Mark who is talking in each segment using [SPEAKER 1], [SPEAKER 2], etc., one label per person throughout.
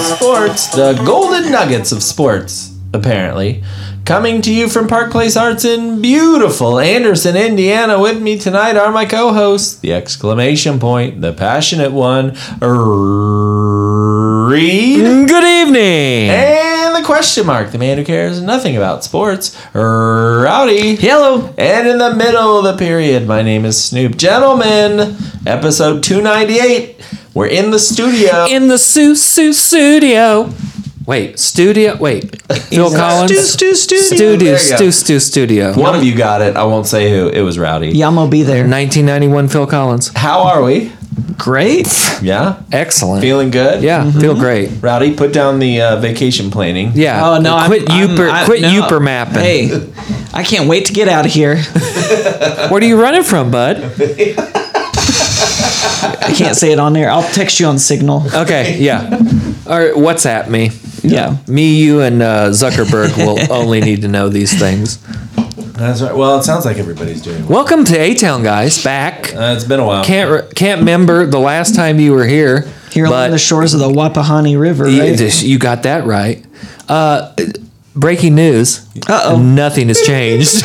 [SPEAKER 1] Sports, the golden nuggets of sports, apparently. Coming to you from Park Place Arts in beautiful Anderson, Indiana. With me tonight are my co hosts, the exclamation point, the passionate one, Reed,
[SPEAKER 2] Good evening.
[SPEAKER 1] and the question mark, the man who cares nothing about sports, Rowdy.
[SPEAKER 2] Hello.
[SPEAKER 1] And in the middle of the period, my name is Snoop. Gentlemen, episode 298. We're in the studio.
[SPEAKER 2] In the Sue Sue studio. Wait, studio. Wait, Phil Collins.
[SPEAKER 1] Stu, stu,
[SPEAKER 2] Studio,
[SPEAKER 1] There you go.
[SPEAKER 2] Stu Stu Studio.
[SPEAKER 1] One of you got it. I won't say who. It was Rowdy.
[SPEAKER 3] Y'all will be there.
[SPEAKER 2] 1991 Phil Collins.
[SPEAKER 1] How are we?
[SPEAKER 3] Great. Mm-hmm.
[SPEAKER 1] Yeah.
[SPEAKER 2] Excellent.
[SPEAKER 1] Feeling good?
[SPEAKER 2] yeah, feel great.
[SPEAKER 1] Rowdy, put down the uh, vacation planning.
[SPEAKER 2] Yeah.
[SPEAKER 3] Oh no! I'm-
[SPEAKER 2] Quit
[SPEAKER 3] I'm,
[SPEAKER 2] youper.
[SPEAKER 3] I-
[SPEAKER 2] quit
[SPEAKER 3] no.
[SPEAKER 2] youper mapping.
[SPEAKER 3] Hey, I can't wait to get out of here.
[SPEAKER 2] Where are you running from, bud?
[SPEAKER 3] I can't say it on there. I'll text you on Signal.
[SPEAKER 2] Okay. Yeah. All right. WhatsApp me.
[SPEAKER 3] Yeah.
[SPEAKER 2] Me, you, and uh, Zuckerberg will only need to know these things.
[SPEAKER 1] That's right. Well, it sounds like everybody's doing well.
[SPEAKER 2] Welcome to A Town, guys. Back.
[SPEAKER 1] Uh, it's been a while.
[SPEAKER 2] Can't re- can't remember the last time you were here.
[SPEAKER 3] Here
[SPEAKER 2] but-
[SPEAKER 3] along the shores of the Wapahani River,
[SPEAKER 2] You-
[SPEAKER 3] right?
[SPEAKER 2] this- You got that right. Uh, breaking news.
[SPEAKER 3] Uh-oh.
[SPEAKER 2] Nothing has changed.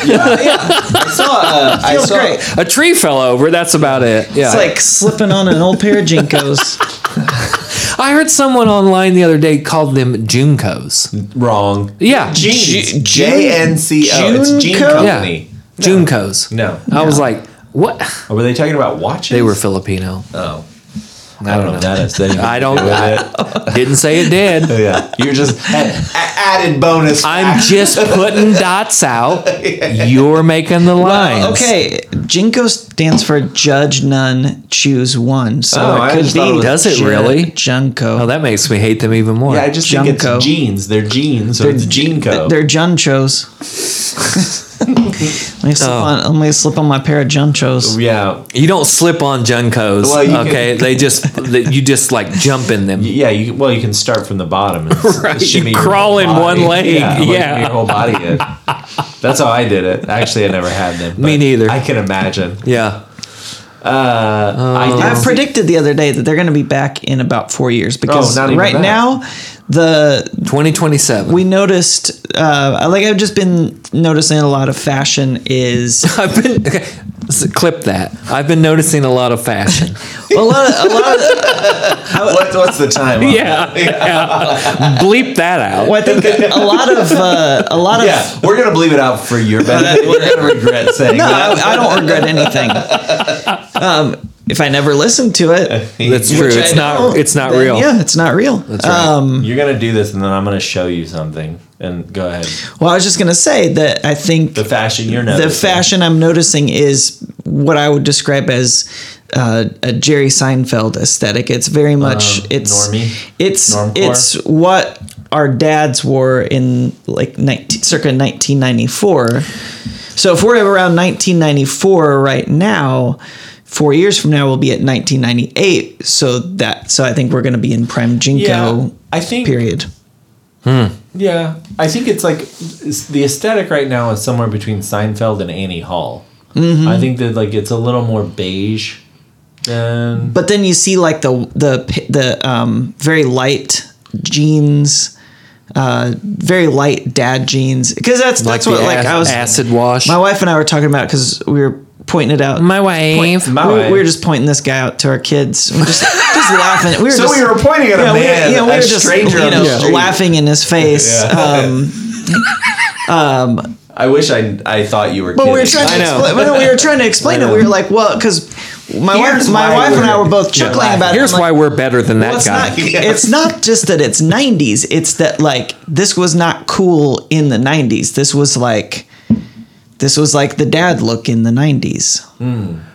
[SPEAKER 1] I saw. Uh, I
[SPEAKER 3] Feels
[SPEAKER 1] saw.
[SPEAKER 3] great.
[SPEAKER 2] a tree fell over. That's about it. Yeah.
[SPEAKER 3] It's like slipping on an old pair of jinkos.
[SPEAKER 2] I heard someone online the other day called them Juncos.
[SPEAKER 1] Wrong.
[SPEAKER 2] Yeah.
[SPEAKER 1] J- JNCO. It's Gene
[SPEAKER 3] Junco?
[SPEAKER 2] Yeah.
[SPEAKER 1] Company.
[SPEAKER 2] Juncos.
[SPEAKER 1] No.
[SPEAKER 2] I was like, what?
[SPEAKER 1] Oh, were they talking about watches?
[SPEAKER 2] They were Filipino.
[SPEAKER 1] Oh.
[SPEAKER 2] I don't know.
[SPEAKER 1] that is. They didn't-
[SPEAKER 2] I don't.
[SPEAKER 1] They were-
[SPEAKER 2] I didn't say it did.
[SPEAKER 1] yeah. You're just a- added bonus.
[SPEAKER 2] I'm just putting dots out. You're making the lines.
[SPEAKER 3] Okay, Jinko stands for Judge None Choose One. So
[SPEAKER 1] Oh, I
[SPEAKER 3] it could
[SPEAKER 1] just thought it
[SPEAKER 3] be
[SPEAKER 1] was-
[SPEAKER 2] Does it
[SPEAKER 3] Ju-
[SPEAKER 2] really?
[SPEAKER 3] Junko.
[SPEAKER 2] Oh, that makes me hate them even more.
[SPEAKER 1] Yeah, I just think
[SPEAKER 3] Junko.
[SPEAKER 1] it's jeans. They're jeans, so it's Gene Co.
[SPEAKER 3] They're Junchos. let, me slip
[SPEAKER 2] Oh.
[SPEAKER 3] on, let me slip on my pair of Junchos.
[SPEAKER 1] yeah,
[SPEAKER 2] You don't slip on Juncos.
[SPEAKER 1] Well, you
[SPEAKER 2] okay,
[SPEAKER 1] can-
[SPEAKER 2] they just they, you just like jump in them.
[SPEAKER 1] yeah. You, well, you can start from the bottom. And s-
[SPEAKER 2] Right,
[SPEAKER 1] shimmy
[SPEAKER 2] you
[SPEAKER 1] your whole
[SPEAKER 2] crawl in
[SPEAKER 1] body.
[SPEAKER 2] one leg,
[SPEAKER 1] like
[SPEAKER 2] yeah.
[SPEAKER 1] your whole body. In. That's how I did it. Actually, I never had them.
[SPEAKER 2] Me
[SPEAKER 1] but
[SPEAKER 2] neither.
[SPEAKER 1] I can imagine.
[SPEAKER 2] Yeah.
[SPEAKER 1] Uh, I did
[SPEAKER 3] I
[SPEAKER 1] see-
[SPEAKER 3] predicted the other day that they're going to be back in about four years because
[SPEAKER 1] not even
[SPEAKER 3] right
[SPEAKER 1] that.
[SPEAKER 3] now the
[SPEAKER 2] 2027.
[SPEAKER 3] we noticed uh, like I've just been noticing a lot of fashion is
[SPEAKER 2] I've been okay, s- clip that. I've been noticing a lot of fashion.
[SPEAKER 3] a lot of, a lot of
[SPEAKER 1] What, what's the time? on that?
[SPEAKER 2] yeah, yeah. Bleep that out.
[SPEAKER 3] well, I think a lot of uh, a lot of
[SPEAKER 1] Yeah, we're gonna bleep it out for your benefit. We're gonna regret saying
[SPEAKER 3] no
[SPEAKER 1] that.
[SPEAKER 3] I, I don't regret anything um, if I never listened to it
[SPEAKER 2] That's true.
[SPEAKER 3] which I
[SPEAKER 2] It's not.
[SPEAKER 3] don't,
[SPEAKER 2] It's not
[SPEAKER 3] then
[SPEAKER 2] real.
[SPEAKER 3] yeah it's not real um,
[SPEAKER 1] You're gonna do this, and then I'm gonna show you something. And go ahead.
[SPEAKER 3] well I was just gonna say that I think
[SPEAKER 1] The fashion you're
[SPEAKER 3] the
[SPEAKER 1] noticing.
[SPEAKER 3] fashion I'm noticing is what I would describe as uh, a Jerry Seinfeld aesthetic. It's very much
[SPEAKER 1] Uh,
[SPEAKER 3] it's
[SPEAKER 1] normie?
[SPEAKER 3] it's
[SPEAKER 1] Normcore?
[SPEAKER 3] it's what our dads wore in like 19, circa 1994. So if we're around 1994 right now. Four years from now, we'll be at 1998. So that, so I think we're going to be in prime Jinko
[SPEAKER 1] Yeah, I think
[SPEAKER 3] period.
[SPEAKER 1] Yeah, I think it's like it's- the aesthetic right now is somewhere between Seinfeld and Annie Hall.
[SPEAKER 3] Mm-hmm.
[SPEAKER 1] I think that like it's a little more beige than
[SPEAKER 3] But then you see like the the p- the um, very light jeans, uh, very light dad jeans, because that's
[SPEAKER 2] Like
[SPEAKER 3] that's
[SPEAKER 2] the
[SPEAKER 3] what like
[SPEAKER 2] ac-
[SPEAKER 3] I was.
[SPEAKER 2] acid wash.
[SPEAKER 3] My wife and I were talking about because we were pointing it out.
[SPEAKER 2] My wife.
[SPEAKER 3] Point-
[SPEAKER 1] My
[SPEAKER 3] we,
[SPEAKER 1] wife.
[SPEAKER 3] we were just pointing this guy out to our kids. We're just just laughing. We were
[SPEAKER 1] So
[SPEAKER 3] just,
[SPEAKER 1] we were pointing at a
[SPEAKER 3] we-
[SPEAKER 1] man,
[SPEAKER 3] yeah, we
[SPEAKER 1] a
[SPEAKER 3] were just
[SPEAKER 1] stranger
[SPEAKER 3] you
[SPEAKER 1] on the
[SPEAKER 3] know
[SPEAKER 1] street.
[SPEAKER 3] laughing in his face.
[SPEAKER 1] Yeah.
[SPEAKER 3] Um,
[SPEAKER 1] I wish I I thought you were.
[SPEAKER 3] But
[SPEAKER 1] kidding.
[SPEAKER 3] we were trying to
[SPEAKER 2] I know.
[SPEAKER 3] explain. but no, we were trying to explain
[SPEAKER 1] I
[SPEAKER 3] it.
[SPEAKER 1] know.
[SPEAKER 3] We were like, well, because my
[SPEAKER 1] Here's
[SPEAKER 3] wife, my
[SPEAKER 1] why
[SPEAKER 3] wife and I
[SPEAKER 1] we're-
[SPEAKER 3] were both
[SPEAKER 1] you're
[SPEAKER 3] chuckling
[SPEAKER 1] laughing.
[SPEAKER 3] about it.
[SPEAKER 2] Here's
[SPEAKER 3] I'm like,
[SPEAKER 2] why we're better than
[SPEAKER 3] Well,
[SPEAKER 2] that
[SPEAKER 3] it's
[SPEAKER 2] guy.
[SPEAKER 3] Not, It's not just that it's 90s. It's that like this was not cool in the 90s. This was like this was like the dad look in the 90s.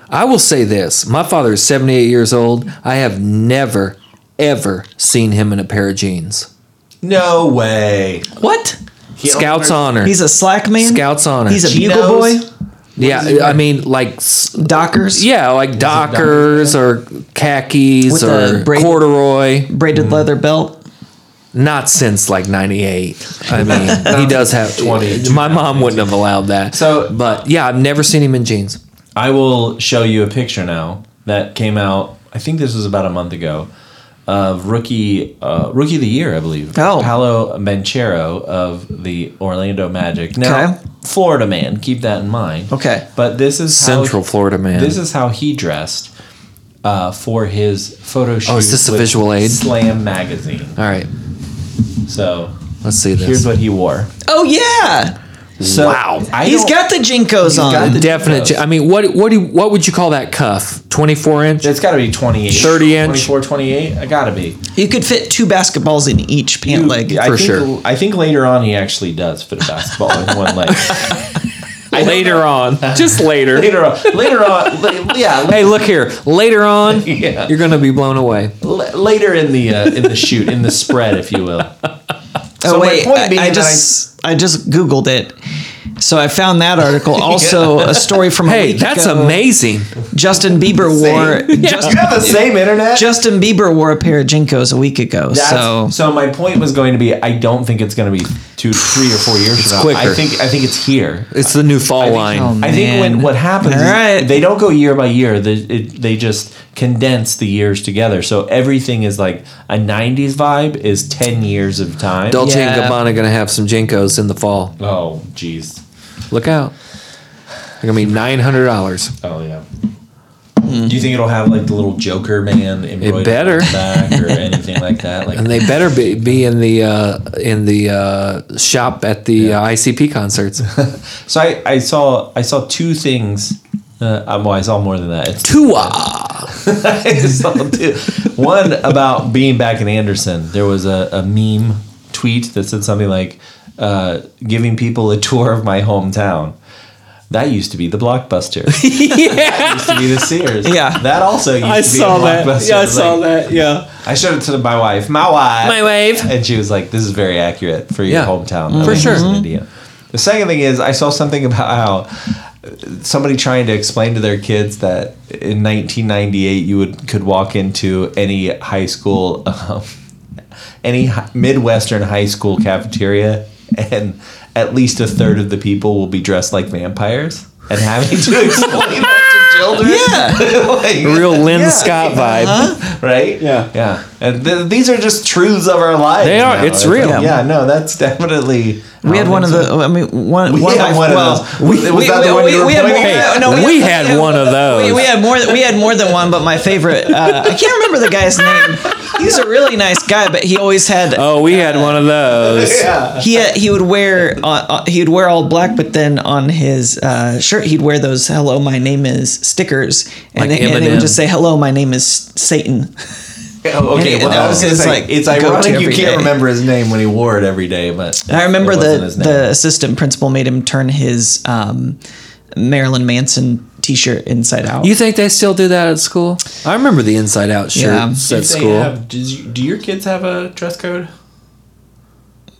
[SPEAKER 2] I will say this: my father is 78 years old. I have never, ever seen him in a pair of jeans.
[SPEAKER 1] no way.
[SPEAKER 3] What?
[SPEAKER 1] He
[SPEAKER 2] Scouts
[SPEAKER 1] only-
[SPEAKER 2] honor.
[SPEAKER 3] He's a slack man.
[SPEAKER 2] Scouts honor.
[SPEAKER 3] He's a bugle boy.
[SPEAKER 1] Chinos? does he
[SPEAKER 2] yeah,
[SPEAKER 1] wear?
[SPEAKER 2] I mean, like s-
[SPEAKER 3] Dockers.
[SPEAKER 2] Yeah, like Dockers or khakis
[SPEAKER 3] With
[SPEAKER 2] or
[SPEAKER 3] the braid-
[SPEAKER 2] corduroy.
[SPEAKER 1] Mm.
[SPEAKER 3] Braided leather belt.
[SPEAKER 2] Not since like '98. I mean, he does have
[SPEAKER 1] 20,
[SPEAKER 2] My mom wouldn't have allowed that.
[SPEAKER 1] So-
[SPEAKER 2] but yeah, I've never seen him in jeans.
[SPEAKER 1] I will show you a picture now that came out. I think this was about a month ago of rookie uh, rookie of the year, I believe.
[SPEAKER 3] Oh.
[SPEAKER 1] Paolo Banchero of the Orlando Magic. Now,
[SPEAKER 3] Okay.
[SPEAKER 1] Florida man, keep that in mind.
[SPEAKER 3] Okay.
[SPEAKER 1] but this is
[SPEAKER 2] Central
[SPEAKER 1] how,
[SPEAKER 2] Florida man.
[SPEAKER 1] This is how he dressed uh, for his photo shoot.
[SPEAKER 2] Oh, this a
[SPEAKER 1] with
[SPEAKER 2] visual aid?
[SPEAKER 1] Slam magazine.
[SPEAKER 2] All right,
[SPEAKER 1] So
[SPEAKER 2] let's see this.
[SPEAKER 1] here's what he wore.
[SPEAKER 3] Oh yeah,
[SPEAKER 1] So
[SPEAKER 2] Wow.
[SPEAKER 1] I
[SPEAKER 3] he's
[SPEAKER 1] don't-
[SPEAKER 3] got the jinkos on.
[SPEAKER 1] got the-
[SPEAKER 2] Definite.
[SPEAKER 1] Those.
[SPEAKER 2] I mean, what what do you, what would you call that cuff? Twenty four inch.
[SPEAKER 1] It's got to be 28.
[SPEAKER 2] 30 inch.
[SPEAKER 1] 24, 28. I got to be.
[SPEAKER 3] you could fit two basketballs in each pant leg.
[SPEAKER 1] I
[SPEAKER 2] For
[SPEAKER 1] think,
[SPEAKER 2] sure.
[SPEAKER 1] I think later on he actually does fit a basketball in one leg.
[SPEAKER 2] later on, just later.
[SPEAKER 1] Later on. Later on. la- yeah.
[SPEAKER 2] Hey, look here. Later on,
[SPEAKER 1] Yeah.
[SPEAKER 2] you're gonna be blown away.
[SPEAKER 1] la- later in the uh, in the shoot, in the spread, if you will. my
[SPEAKER 3] oh wait,
[SPEAKER 1] point being
[SPEAKER 3] I, I
[SPEAKER 1] that
[SPEAKER 3] just I, just googled it. So I found that article. Also, a story from a
[SPEAKER 2] Hey,
[SPEAKER 3] week
[SPEAKER 2] that's
[SPEAKER 3] ago.
[SPEAKER 2] amazing.
[SPEAKER 3] Justin Bieber wore
[SPEAKER 1] You have the same internet?
[SPEAKER 3] Justin Bieber wore a pair of jinkos a week ago.
[SPEAKER 1] That's-
[SPEAKER 3] so
[SPEAKER 1] my point was going to be I don't think it's going to be two, three, or four years from now. I
[SPEAKER 2] quicker.
[SPEAKER 1] think I think it's here.
[SPEAKER 2] It's the new fall line.
[SPEAKER 3] Oh,
[SPEAKER 1] I think when
[SPEAKER 3] man.
[SPEAKER 1] what happens
[SPEAKER 3] All
[SPEAKER 1] is
[SPEAKER 3] right.
[SPEAKER 1] they don't go year by year. They, it, they just condense the years together. So everything is like a '90s vibe is ten years of time.
[SPEAKER 2] Dolce and
[SPEAKER 3] Yeah.
[SPEAKER 2] Gabbana gonna have some jinkos in the fall.
[SPEAKER 1] Oh, jeez.
[SPEAKER 2] Look out. They're gonna be nine hundred dollars.
[SPEAKER 1] Oh yeah. Do you think it'll have like the little Joker man embroidered
[SPEAKER 2] Hmm. better.
[SPEAKER 1] on the back or anything like that? Like
[SPEAKER 2] And they better be, be in the uh, in the uh, shop at the uh, ICP concerts.
[SPEAKER 1] so, I, I saw I saw two things. Uh, um, well, I saw more than that. It's
[SPEAKER 2] Tua.
[SPEAKER 1] I saw two. One about being back in Anderson. There was a, a meme tweet that said something like, uh, giving people a tour of my hometown. That used to be the Blockbuster. That
[SPEAKER 2] yeah,
[SPEAKER 1] used to be the Sears.
[SPEAKER 3] Yeah.
[SPEAKER 1] That also used to be a Blockbuster. Like,
[SPEAKER 2] that. Yeah,
[SPEAKER 1] I showed it to my wife. My wife.
[SPEAKER 2] My wife.
[SPEAKER 1] And she was like, this is very accurate for your
[SPEAKER 2] Yeah.
[SPEAKER 1] hometown. of
[SPEAKER 2] For sure. Mm-hmm.
[SPEAKER 1] Anderson, Indiana. The second thing is, I saw something about how somebody trying to explain to their kids that in 1998 you would could walk into any high school, um, any hi- Midwestern high school cafeteria, and at least a third of the people will be dressed like vampires, and having to explain that to children, yeah,
[SPEAKER 2] real Lynn Scott vibe.
[SPEAKER 1] right?
[SPEAKER 2] Yeah.
[SPEAKER 1] yeah. And th- these are just truths of our lives.
[SPEAKER 2] They are.
[SPEAKER 1] now.
[SPEAKER 2] It's real.
[SPEAKER 1] like, yeah, no, that's definitely.
[SPEAKER 3] we had one of the. I mean, one.
[SPEAKER 1] We
[SPEAKER 3] one
[SPEAKER 1] had
[SPEAKER 3] of,
[SPEAKER 1] one of
[SPEAKER 3] well,
[SPEAKER 1] those. Was that the one you were
[SPEAKER 3] had more,
[SPEAKER 1] pointing
[SPEAKER 2] at?
[SPEAKER 3] no,
[SPEAKER 2] We had one of those.
[SPEAKER 3] We, we had more. We had more than one, but my favorite. Uh, I can't remember the guy's name. He's a really nice guy, but he always had.
[SPEAKER 2] Oh, we had one of those.
[SPEAKER 1] Yeah.
[SPEAKER 3] He he would wear uh, uh, he would wear all black, but then on his uh, shirt he'd wear those "Hello, my name is" stickers, and,
[SPEAKER 2] Like
[SPEAKER 3] they, and they
[SPEAKER 2] M&M.
[SPEAKER 3] would just say "Hello, my name is Satan."
[SPEAKER 1] Oh, okay,
[SPEAKER 3] And-
[SPEAKER 1] well,
[SPEAKER 3] and
[SPEAKER 1] I
[SPEAKER 3] that
[SPEAKER 1] was
[SPEAKER 3] was
[SPEAKER 1] gonna
[SPEAKER 3] his,
[SPEAKER 1] say,
[SPEAKER 3] like,
[SPEAKER 1] it's
[SPEAKER 3] go-to
[SPEAKER 1] ironic you
[SPEAKER 3] every
[SPEAKER 1] can't
[SPEAKER 3] day.
[SPEAKER 1] remember his name when he wore it every day, but
[SPEAKER 3] I remember
[SPEAKER 1] it wasn't his
[SPEAKER 3] the
[SPEAKER 1] name.
[SPEAKER 3] the assistant principal made him turn his um, Marilyn Manson T-shirt inside out.
[SPEAKER 2] You think they still do that at school? I remember the Inside Out
[SPEAKER 3] Yeah.
[SPEAKER 2] shirts
[SPEAKER 1] Do
[SPEAKER 2] at
[SPEAKER 1] they
[SPEAKER 2] school.
[SPEAKER 1] have- does you- do your kids have a dress code?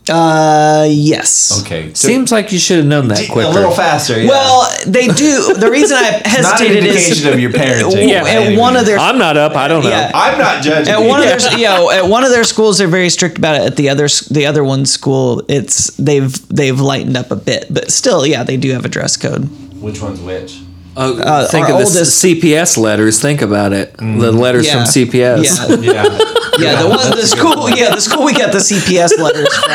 [SPEAKER 3] uh, yes.
[SPEAKER 1] Okay, so
[SPEAKER 2] Seems like you should have known that
[SPEAKER 1] d-
[SPEAKER 2] quicker.
[SPEAKER 1] a little faster. Yeah.
[SPEAKER 3] Well, they do. The reason I
[SPEAKER 1] not an
[SPEAKER 3] hesitated is
[SPEAKER 1] indication of your parenting.
[SPEAKER 2] Yeah.
[SPEAKER 3] at one of their
[SPEAKER 2] I'm not up. I don't know.
[SPEAKER 3] Yeah.
[SPEAKER 1] I'm not judging.
[SPEAKER 3] at one
[SPEAKER 1] you.
[SPEAKER 3] of their yeah at one of their schools they're very strict about it. At the other s- the other one school, it's they've they've lightened up a bit, but still, yeah, they do have a dress code.
[SPEAKER 1] which one's which?
[SPEAKER 2] Oh, think
[SPEAKER 3] our
[SPEAKER 2] of the
[SPEAKER 3] oldest-
[SPEAKER 2] CPS letters. Think about it. The letters
[SPEAKER 3] Yeah.
[SPEAKER 2] from CPS.
[SPEAKER 3] Yeah.
[SPEAKER 1] Yeah,
[SPEAKER 3] Yeah, the one, the school, yeah, the school we got the CPS letters from,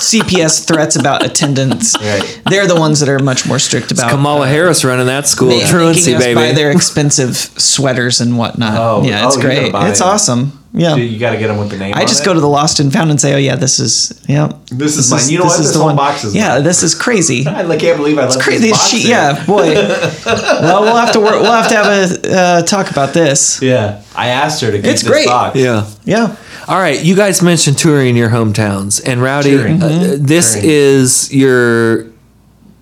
[SPEAKER 3] CPS threats about attendance.
[SPEAKER 1] Right.
[SPEAKER 3] They're the ones that are much more strict about
[SPEAKER 2] Kamala Harris running that school.
[SPEAKER 3] ma-
[SPEAKER 2] Truancy,
[SPEAKER 3] making us buy
[SPEAKER 2] baby.
[SPEAKER 3] their expensive sweaters and whatnot.
[SPEAKER 1] Oh,
[SPEAKER 3] yeah, it's
[SPEAKER 1] oh, you gotta
[SPEAKER 3] great.
[SPEAKER 1] buy
[SPEAKER 3] It's
[SPEAKER 1] it.
[SPEAKER 3] awesome. Yeah,
[SPEAKER 1] Dude, you got to get them with the name.
[SPEAKER 3] I
[SPEAKER 1] on
[SPEAKER 3] just
[SPEAKER 1] it.
[SPEAKER 3] go to the lost and found and say, oh yeah, this is yeah.
[SPEAKER 1] This is mine. You know what? This whole box is
[SPEAKER 3] yeah,
[SPEAKER 1] mine.
[SPEAKER 3] this is crazy.
[SPEAKER 1] I like, can't believe I left
[SPEAKER 3] Crazy
[SPEAKER 1] this box
[SPEAKER 3] she,
[SPEAKER 1] there.
[SPEAKER 3] yeah, boy. well, we'll have to work. We'll have to have a uh, talk about this.
[SPEAKER 1] yeah. I asked her to keep
[SPEAKER 3] It's
[SPEAKER 1] this
[SPEAKER 3] great.
[SPEAKER 1] box.
[SPEAKER 2] Yeah.
[SPEAKER 3] Yeah,
[SPEAKER 2] All right. You guys mentioned touring your hometowns. And Rowdy,
[SPEAKER 1] Touring.
[SPEAKER 2] uh,
[SPEAKER 3] Mm-hmm.
[SPEAKER 2] this
[SPEAKER 1] Touring.
[SPEAKER 2] is your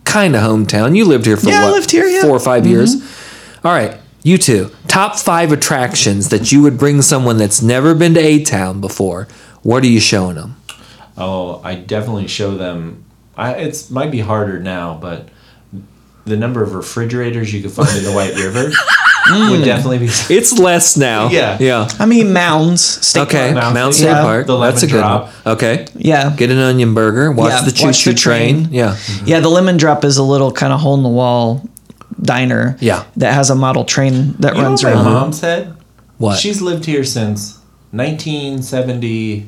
[SPEAKER 2] kind of hometown. You lived here for
[SPEAKER 3] Yeah, I
[SPEAKER 2] what,
[SPEAKER 3] lived here, yeah. Mm-hmm.
[SPEAKER 2] Four or 5 years. All right. You two. Top five attractions that you would bring someone that's never been to A Town before. What are you showing them?
[SPEAKER 1] Oh, I definitely show them. I it's might be harder now, but the number of refrigerators you could find in the White River
[SPEAKER 3] Mm.
[SPEAKER 1] would definitely be.
[SPEAKER 2] It's less now.
[SPEAKER 1] Yeah.
[SPEAKER 2] Yeah.
[SPEAKER 3] I mean mounds. State
[SPEAKER 2] Okay.
[SPEAKER 1] Mount
[SPEAKER 2] Mount,
[SPEAKER 1] State
[SPEAKER 2] State
[SPEAKER 1] Park.
[SPEAKER 2] Park.
[SPEAKER 1] The
[SPEAKER 2] That's a
[SPEAKER 1] lemon
[SPEAKER 2] good
[SPEAKER 1] drop.
[SPEAKER 2] one. Okay.
[SPEAKER 3] Yeah.
[SPEAKER 2] Get an onion burger. Watch
[SPEAKER 3] Yeah,
[SPEAKER 2] the choo
[SPEAKER 3] watch the
[SPEAKER 2] choo train.
[SPEAKER 3] train.
[SPEAKER 2] Yeah.
[SPEAKER 3] Yeah, the lemon drop is a little kind of hole in the wall diner.
[SPEAKER 2] Yeah.
[SPEAKER 3] that has a model train that
[SPEAKER 1] You know
[SPEAKER 3] runs
[SPEAKER 1] what my
[SPEAKER 3] around.
[SPEAKER 1] mom said?
[SPEAKER 2] What?
[SPEAKER 1] She's lived here since 1970.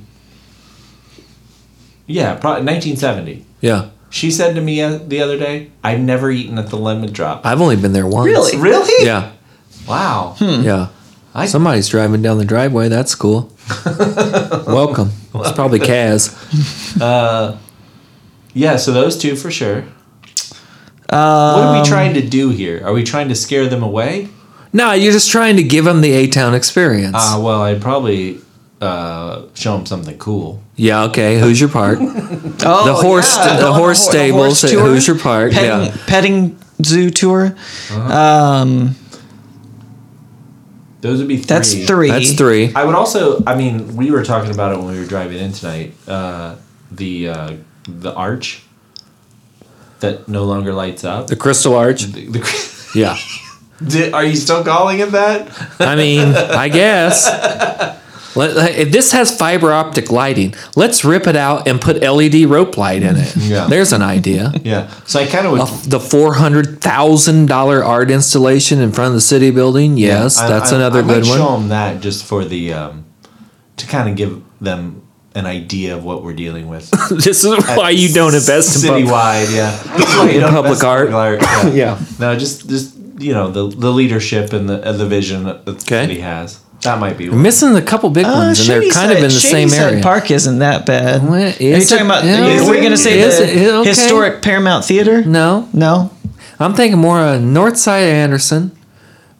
[SPEAKER 1] Yeah, probably 1970.
[SPEAKER 2] Yeah.
[SPEAKER 1] She said to me uh, the other day, "I've never eaten at the Lemon Drop."
[SPEAKER 2] I've only been there once.
[SPEAKER 3] Really?
[SPEAKER 1] Really?
[SPEAKER 2] Yeah.
[SPEAKER 1] Wow.
[SPEAKER 3] Hmm.
[SPEAKER 2] Yeah.
[SPEAKER 1] I-
[SPEAKER 2] Somebody's driving down the driveway. That's cool. Welcome. It's probably Kaz.
[SPEAKER 1] Yeah. So those two for sure. what are we trying to do here? Are we trying to scare them away?
[SPEAKER 2] No, you're just trying to give them the A Town experience.
[SPEAKER 1] Ah, well, I'd probably uh, show them something cool.
[SPEAKER 2] yeah, okay. Who's your part? The
[SPEAKER 3] Oh,
[SPEAKER 2] horse,
[SPEAKER 3] yeah,
[SPEAKER 2] the,
[SPEAKER 3] on
[SPEAKER 2] horse
[SPEAKER 3] hor-
[SPEAKER 2] stables
[SPEAKER 3] horse
[SPEAKER 2] at
[SPEAKER 3] tour,
[SPEAKER 2] Hoosier Park.
[SPEAKER 3] petting,
[SPEAKER 2] Yeah,
[SPEAKER 3] petting zoo tour.
[SPEAKER 1] Those would be three.
[SPEAKER 3] That's three.
[SPEAKER 2] that's three.
[SPEAKER 1] I would also. I mean, we were talking about it when we were driving in tonight. Uh, the uh, the arch that no longer lights up.
[SPEAKER 2] The Crystal Arch.
[SPEAKER 1] The- the-
[SPEAKER 2] Yeah,
[SPEAKER 1] Did- are you still calling it that?
[SPEAKER 2] I mean, I guess. Let- let- if this has fiber optic lighting, let's rip it out and put LED rope light in it.
[SPEAKER 1] Yeah.
[SPEAKER 2] There's an idea.
[SPEAKER 1] Yeah. So I kind of would.
[SPEAKER 2] The four hundred thousand dollar art installation in front of the city building. Yes,
[SPEAKER 1] I-
[SPEAKER 2] that's
[SPEAKER 1] I-
[SPEAKER 2] another
[SPEAKER 1] I
[SPEAKER 2] good
[SPEAKER 1] might
[SPEAKER 2] one.
[SPEAKER 1] Show them that just for the um, to kind of give them an idea of what we're dealing with.
[SPEAKER 2] this is why you don't invest in pub-
[SPEAKER 1] citywide, yeah. That's why you
[SPEAKER 2] In
[SPEAKER 1] don't
[SPEAKER 2] public
[SPEAKER 1] invest in
[SPEAKER 2] art.
[SPEAKER 1] yeah.
[SPEAKER 2] Yeah.
[SPEAKER 1] No, just just you know the the leadership and the uh, the vision that the
[SPEAKER 2] Okay.
[SPEAKER 1] city has. That might be. One.
[SPEAKER 2] Missing a couple big
[SPEAKER 3] Uh,
[SPEAKER 2] ones, and they're
[SPEAKER 3] Shadyside-
[SPEAKER 2] kind of in the same
[SPEAKER 3] Shadyside
[SPEAKER 2] area.
[SPEAKER 3] Park isn't that bad.
[SPEAKER 2] Well,
[SPEAKER 3] Are you
[SPEAKER 2] is
[SPEAKER 3] talking
[SPEAKER 2] it?
[SPEAKER 3] about?
[SPEAKER 2] Yeah.
[SPEAKER 3] Are we going to say
[SPEAKER 2] Is
[SPEAKER 3] the
[SPEAKER 2] it? Okay.
[SPEAKER 3] historic Paramount Theater?
[SPEAKER 2] No,
[SPEAKER 3] No.
[SPEAKER 2] I'm thinking more of north side of Anderson,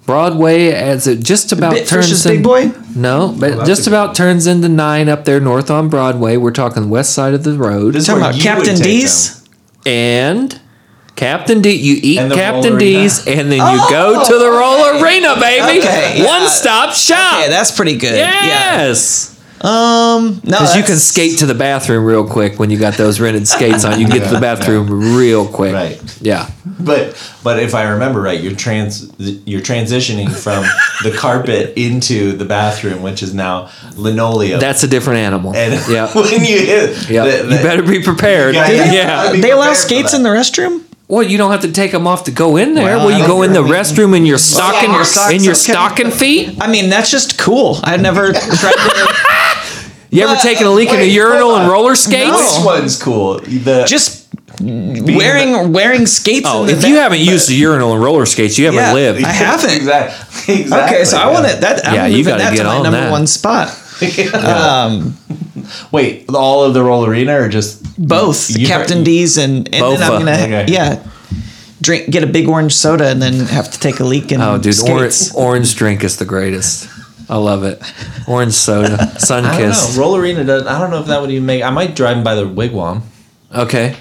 [SPEAKER 2] Broadway as it just about turns
[SPEAKER 3] Bitfish's
[SPEAKER 2] in-
[SPEAKER 3] Big Boy.
[SPEAKER 2] No, but
[SPEAKER 1] that's
[SPEAKER 2] just
[SPEAKER 1] a-
[SPEAKER 2] about turns into nine up there north on Broadway. We're talking west side of the road.
[SPEAKER 1] This-
[SPEAKER 3] Talking
[SPEAKER 1] where
[SPEAKER 3] about
[SPEAKER 1] you would
[SPEAKER 3] Captain
[SPEAKER 1] take
[SPEAKER 3] D's.
[SPEAKER 2] and Captain D, you eat
[SPEAKER 1] And the
[SPEAKER 2] Captain
[SPEAKER 1] roller
[SPEAKER 2] D's, and then you go to the roller arena, baby.
[SPEAKER 3] Okay, yeah.
[SPEAKER 2] One stop shop.
[SPEAKER 3] Yeah, that's pretty good. Yeah.
[SPEAKER 2] yes,
[SPEAKER 3] Um. No.
[SPEAKER 2] because you
[SPEAKER 3] that's-
[SPEAKER 2] can skate to the bathroom real quick when you got those rented skates on. You can get to the bathroom real quick.
[SPEAKER 1] Right.
[SPEAKER 2] Yeah.
[SPEAKER 1] But but if I remember right, you're trans you're transitioning from the carpet into the bathroom, which is now linoleum.
[SPEAKER 2] That's a different animal.
[SPEAKER 1] and
[SPEAKER 2] yeah.
[SPEAKER 1] when you hit,
[SPEAKER 2] Yeah.
[SPEAKER 1] the- the-
[SPEAKER 2] you better be prepared.
[SPEAKER 1] Yeah,
[SPEAKER 2] Yeah.
[SPEAKER 1] yeah. I'd be
[SPEAKER 3] They allow
[SPEAKER 1] prepared for
[SPEAKER 3] skates
[SPEAKER 1] that.
[SPEAKER 3] in the restroom.
[SPEAKER 2] Well, you don't have to take them off to go in there.
[SPEAKER 3] Well,
[SPEAKER 2] Well, you
[SPEAKER 3] I
[SPEAKER 2] go in the
[SPEAKER 3] mean-
[SPEAKER 2] restroom in your stocking,
[SPEAKER 3] Socks.
[SPEAKER 2] in your
[SPEAKER 3] Socks, okay.
[SPEAKER 2] stocking feet.
[SPEAKER 3] I mean, that's just cool. I've never tried to
[SPEAKER 2] You ever
[SPEAKER 3] But,
[SPEAKER 2] taken a leak in a
[SPEAKER 1] wait,
[SPEAKER 2] urinal
[SPEAKER 1] hold
[SPEAKER 2] and
[SPEAKER 1] on.
[SPEAKER 2] roller skates?
[SPEAKER 1] Which one's cool? The
[SPEAKER 3] just wearing wearing skates.
[SPEAKER 2] Oh,
[SPEAKER 3] in the
[SPEAKER 2] if you
[SPEAKER 3] bath-
[SPEAKER 2] haven't used a urinal and roller skates, you haven't
[SPEAKER 3] Yeah.
[SPEAKER 2] lived.
[SPEAKER 3] I haven't.
[SPEAKER 1] exactly. exactly.
[SPEAKER 3] Okay, so I
[SPEAKER 1] yeah.
[SPEAKER 3] want to that. I'm
[SPEAKER 2] Yeah, you
[SPEAKER 3] moving
[SPEAKER 2] gotta
[SPEAKER 3] that
[SPEAKER 2] get
[SPEAKER 3] to my
[SPEAKER 2] on
[SPEAKER 3] number
[SPEAKER 2] that.
[SPEAKER 3] one spot. Um,
[SPEAKER 1] Wait, all of the roll arena or just
[SPEAKER 3] both
[SPEAKER 1] You-
[SPEAKER 3] Captain D's and and
[SPEAKER 2] Both,
[SPEAKER 3] then
[SPEAKER 2] uh,
[SPEAKER 3] I'm gonna
[SPEAKER 1] okay.
[SPEAKER 3] yeah drink get a big orange soda and then have to take a leak and
[SPEAKER 2] Oh, dude, or-
[SPEAKER 3] skates.
[SPEAKER 2] orange drink is the greatest. I love it. Orange soda, sun
[SPEAKER 1] I don't know.
[SPEAKER 2] kissed.
[SPEAKER 1] Roll arena does. I don't know if that would even make. I might drive by the wigwam.
[SPEAKER 2] Okay,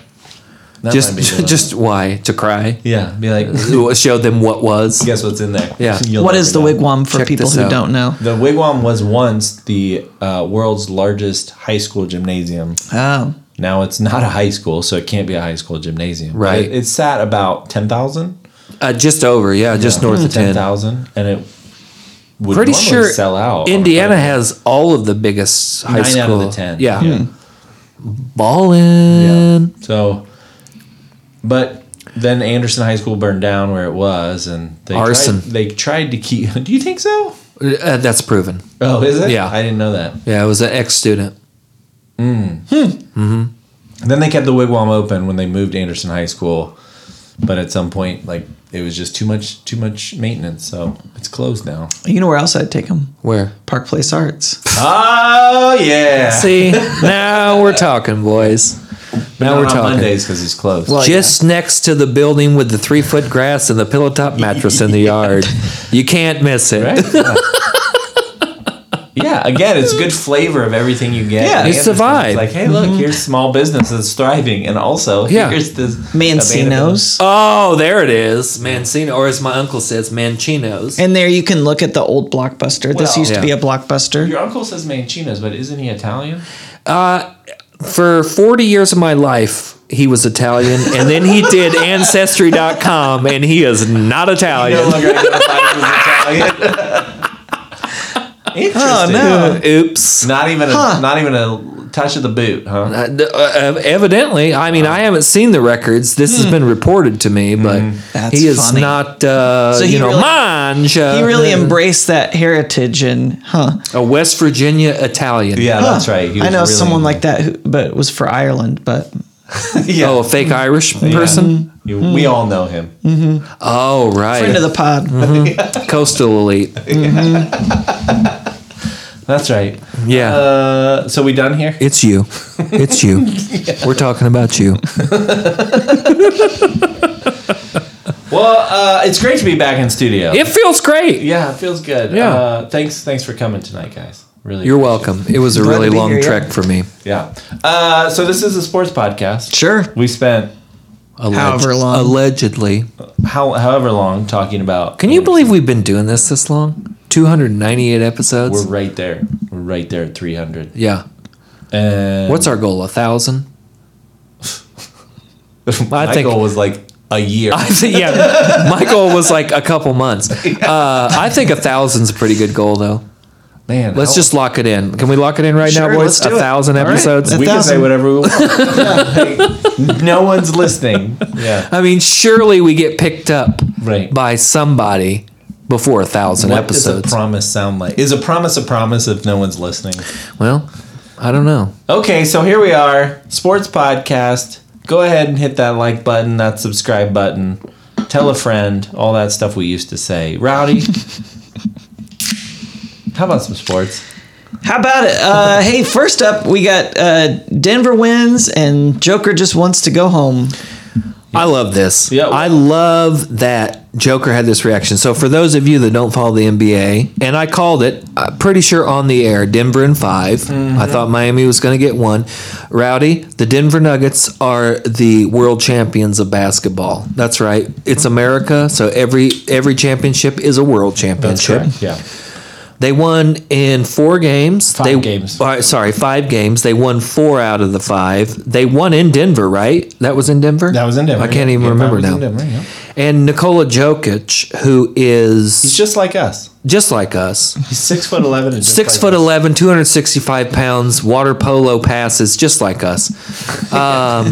[SPEAKER 1] That
[SPEAKER 2] just
[SPEAKER 1] might be the-
[SPEAKER 2] just why to cry?
[SPEAKER 1] yeah. Be like,
[SPEAKER 2] Show them what was.
[SPEAKER 1] guess what's in there?
[SPEAKER 2] Yeah.
[SPEAKER 1] You'll
[SPEAKER 3] What
[SPEAKER 1] never
[SPEAKER 3] is the
[SPEAKER 1] know.
[SPEAKER 3] wigwam for
[SPEAKER 2] Check
[SPEAKER 3] people
[SPEAKER 2] this
[SPEAKER 3] who
[SPEAKER 2] out.
[SPEAKER 3] don't know?
[SPEAKER 1] The wigwam was once the uh, world's largest high school gymnasium.
[SPEAKER 3] Oh,
[SPEAKER 1] Now it's not a high school, so it can't be a high school gymnasium.
[SPEAKER 2] Right.
[SPEAKER 1] It, it sat about ten thousand.
[SPEAKER 2] Uh, just over, yeah, just north of
[SPEAKER 1] Ten
[SPEAKER 2] ten.
[SPEAKER 1] thousand, and it would
[SPEAKER 2] Pretty
[SPEAKER 1] normally
[SPEAKER 2] sure
[SPEAKER 1] sell out.
[SPEAKER 2] Indiana has all of the biggest high
[SPEAKER 1] Nine
[SPEAKER 2] school.
[SPEAKER 1] out of the Hmm. 10.
[SPEAKER 2] Yeah,
[SPEAKER 1] Yeah.
[SPEAKER 2] ballin'.
[SPEAKER 1] So, but then Anderson High School burned down where it was, and they
[SPEAKER 2] Arson.
[SPEAKER 1] Tried, they tried to keep. Do you think so?
[SPEAKER 2] Uh, that's proven.
[SPEAKER 1] Oh, is it?
[SPEAKER 2] Yeah.
[SPEAKER 1] I didn't know that.
[SPEAKER 2] Yeah, it was an ex student.
[SPEAKER 1] Then they kept the wigwam open when they moved to Anderson High School, but at some point, like it was just too much, too much maintenance, so it's closed now.
[SPEAKER 3] you know where else I'd take them?
[SPEAKER 2] Where?
[SPEAKER 3] Park Place Arts.
[SPEAKER 1] oh yeah.
[SPEAKER 2] See, now we're talking, boys. Now
[SPEAKER 1] Not
[SPEAKER 2] we're
[SPEAKER 1] on
[SPEAKER 2] talking.
[SPEAKER 1] Mondays because it's closed.
[SPEAKER 3] Well,
[SPEAKER 2] just next to the building with the three foot grass and the pillow top mattress in the yard. You can't miss it.
[SPEAKER 1] right? Yeah. Yeah, again, it's good flavor of everything you get.
[SPEAKER 3] Yeah,
[SPEAKER 1] And
[SPEAKER 2] it's
[SPEAKER 1] Anderson's
[SPEAKER 2] the vibe.
[SPEAKER 1] Like, hey, look, here's small business that's thriving, and also
[SPEAKER 2] Yeah.
[SPEAKER 1] here's this abandoned-
[SPEAKER 3] Mancino's.
[SPEAKER 2] Oh, there it is. Mancino, or as my uncle says, Mancino's.
[SPEAKER 3] And there you can look at the old blockbuster. this
[SPEAKER 1] Well,
[SPEAKER 3] used to be
[SPEAKER 2] yeah.
[SPEAKER 3] a blockbuster.
[SPEAKER 1] Your uncle says Mancino's, but isn't he Italian?
[SPEAKER 2] For 40 years of my life, he was Italian, and then he did Ancestry.com, and he is not
[SPEAKER 1] No
[SPEAKER 2] Italian.
[SPEAKER 1] longer identifies as Italian. Interesting.
[SPEAKER 3] no.
[SPEAKER 2] Oops.
[SPEAKER 1] Not even a
[SPEAKER 3] Huh.
[SPEAKER 1] not even a Touch of the boot, huh?
[SPEAKER 2] Uh, th- uh, evidently, I mean, I haven't seen the records. This has been reported to me, but
[SPEAKER 3] That's
[SPEAKER 2] he is
[SPEAKER 3] funny.
[SPEAKER 2] not, uh,
[SPEAKER 3] So he
[SPEAKER 2] you know,
[SPEAKER 3] really-
[SPEAKER 2] mange.
[SPEAKER 3] He really embraced that heritage and huh.
[SPEAKER 2] a West Virginia Italian.
[SPEAKER 1] Yeah, that's
[SPEAKER 3] Huh.
[SPEAKER 1] right. He
[SPEAKER 3] I
[SPEAKER 1] was
[SPEAKER 3] know
[SPEAKER 1] really-
[SPEAKER 3] someone like that, who, but it was for Ireland. But
[SPEAKER 1] yeah.
[SPEAKER 2] Oh, a fake Irish person. Hmm.
[SPEAKER 1] You- We all know him.
[SPEAKER 2] Oh, right.
[SPEAKER 3] friend of the pod,
[SPEAKER 2] Mm-hmm. coastal elite.
[SPEAKER 1] That's right.
[SPEAKER 2] Yeah.
[SPEAKER 1] Uh, so we done here?
[SPEAKER 2] It's you. It's you. We're talking about you.
[SPEAKER 1] Well, uh, it's great to be back in studio.
[SPEAKER 2] It feels great.
[SPEAKER 1] Yeah, it feels good.
[SPEAKER 2] Yeah.
[SPEAKER 1] Uh, thanks, thanks for coming tonight, guys. Really.
[SPEAKER 2] You're welcome. It was a
[SPEAKER 3] Glad
[SPEAKER 2] really
[SPEAKER 3] to be
[SPEAKER 2] long
[SPEAKER 3] here, yeah.
[SPEAKER 2] trek for me.
[SPEAKER 1] Yeah. Uh, so this is a sports podcast.
[SPEAKER 3] Sure.
[SPEAKER 1] We spent
[SPEAKER 2] Alleg-
[SPEAKER 3] However long.
[SPEAKER 2] Allegedly.
[SPEAKER 1] how, however long talking about.
[SPEAKER 2] Can you believe we've been doing this this long? 298
[SPEAKER 1] We're
[SPEAKER 2] episodes?
[SPEAKER 1] right there. We're right there at 300.
[SPEAKER 2] yeah.
[SPEAKER 1] And
[SPEAKER 2] What's our goal? A thousand?
[SPEAKER 1] my
[SPEAKER 2] I think-
[SPEAKER 1] goal was like a year.
[SPEAKER 2] I think, yeah. My goal was like a couple months. Uh, I think a thousand's a pretty good goal, though.
[SPEAKER 1] Man,
[SPEAKER 2] Let's
[SPEAKER 1] how-
[SPEAKER 2] just lock it in. Can we lock it in right
[SPEAKER 3] Sure,
[SPEAKER 2] now, boys?
[SPEAKER 3] let's do
[SPEAKER 2] a
[SPEAKER 3] it.
[SPEAKER 2] thousand
[SPEAKER 1] All right.
[SPEAKER 2] episodes.
[SPEAKER 3] A
[SPEAKER 1] We can say
[SPEAKER 3] thousand.
[SPEAKER 1] whatever we want. Like, no one's listening. Yeah.
[SPEAKER 2] I mean, surely we get picked up
[SPEAKER 1] Right.
[SPEAKER 2] by somebody before a thousand
[SPEAKER 1] What
[SPEAKER 2] episodes.
[SPEAKER 1] does a promise sound like? Is a promise a promise if no one's listening?
[SPEAKER 2] well, I don't know.
[SPEAKER 1] Okay, so here we are, sports podcast. Go ahead and hit that like button, that subscribe button, tell a friend, all that stuff we used to say. Rowdy, how about some sports?
[SPEAKER 3] how about it? Uh, hey, first up, we got uh, Denver wins, and Joker just wants to go home.
[SPEAKER 2] I love this.
[SPEAKER 1] Yeah.
[SPEAKER 2] I love that Joker had this reaction. So, for those of you that don't follow the NBA, and I called it, I'm pretty sure on the air, Denver in 5
[SPEAKER 1] Mm-hmm.
[SPEAKER 2] I thought Miami was going to get one. Rowdy, the Denver Nuggets are the world champions of basketball. That's right. It's America, so every every championship is a world championship.
[SPEAKER 1] Yeah.
[SPEAKER 2] They won in four games. Five they,
[SPEAKER 1] games.
[SPEAKER 2] uh, sorry, five games. They won four out of the five. They won in Denver, right? That was in Denver.
[SPEAKER 1] That was in Denver.
[SPEAKER 2] I can't even
[SPEAKER 1] Yeah, that
[SPEAKER 2] remember
[SPEAKER 1] was
[SPEAKER 2] now.
[SPEAKER 1] in Denver, yeah.
[SPEAKER 2] And Nikola Jokic, who
[SPEAKER 1] He's
[SPEAKER 2] is
[SPEAKER 1] just like us.
[SPEAKER 2] just like us,
[SPEAKER 1] He's six foot eleven and just
[SPEAKER 2] six
[SPEAKER 1] like
[SPEAKER 2] foot
[SPEAKER 1] us.
[SPEAKER 2] eleven, two hundred sixty-five pounds, water polo passes, just like us. Um,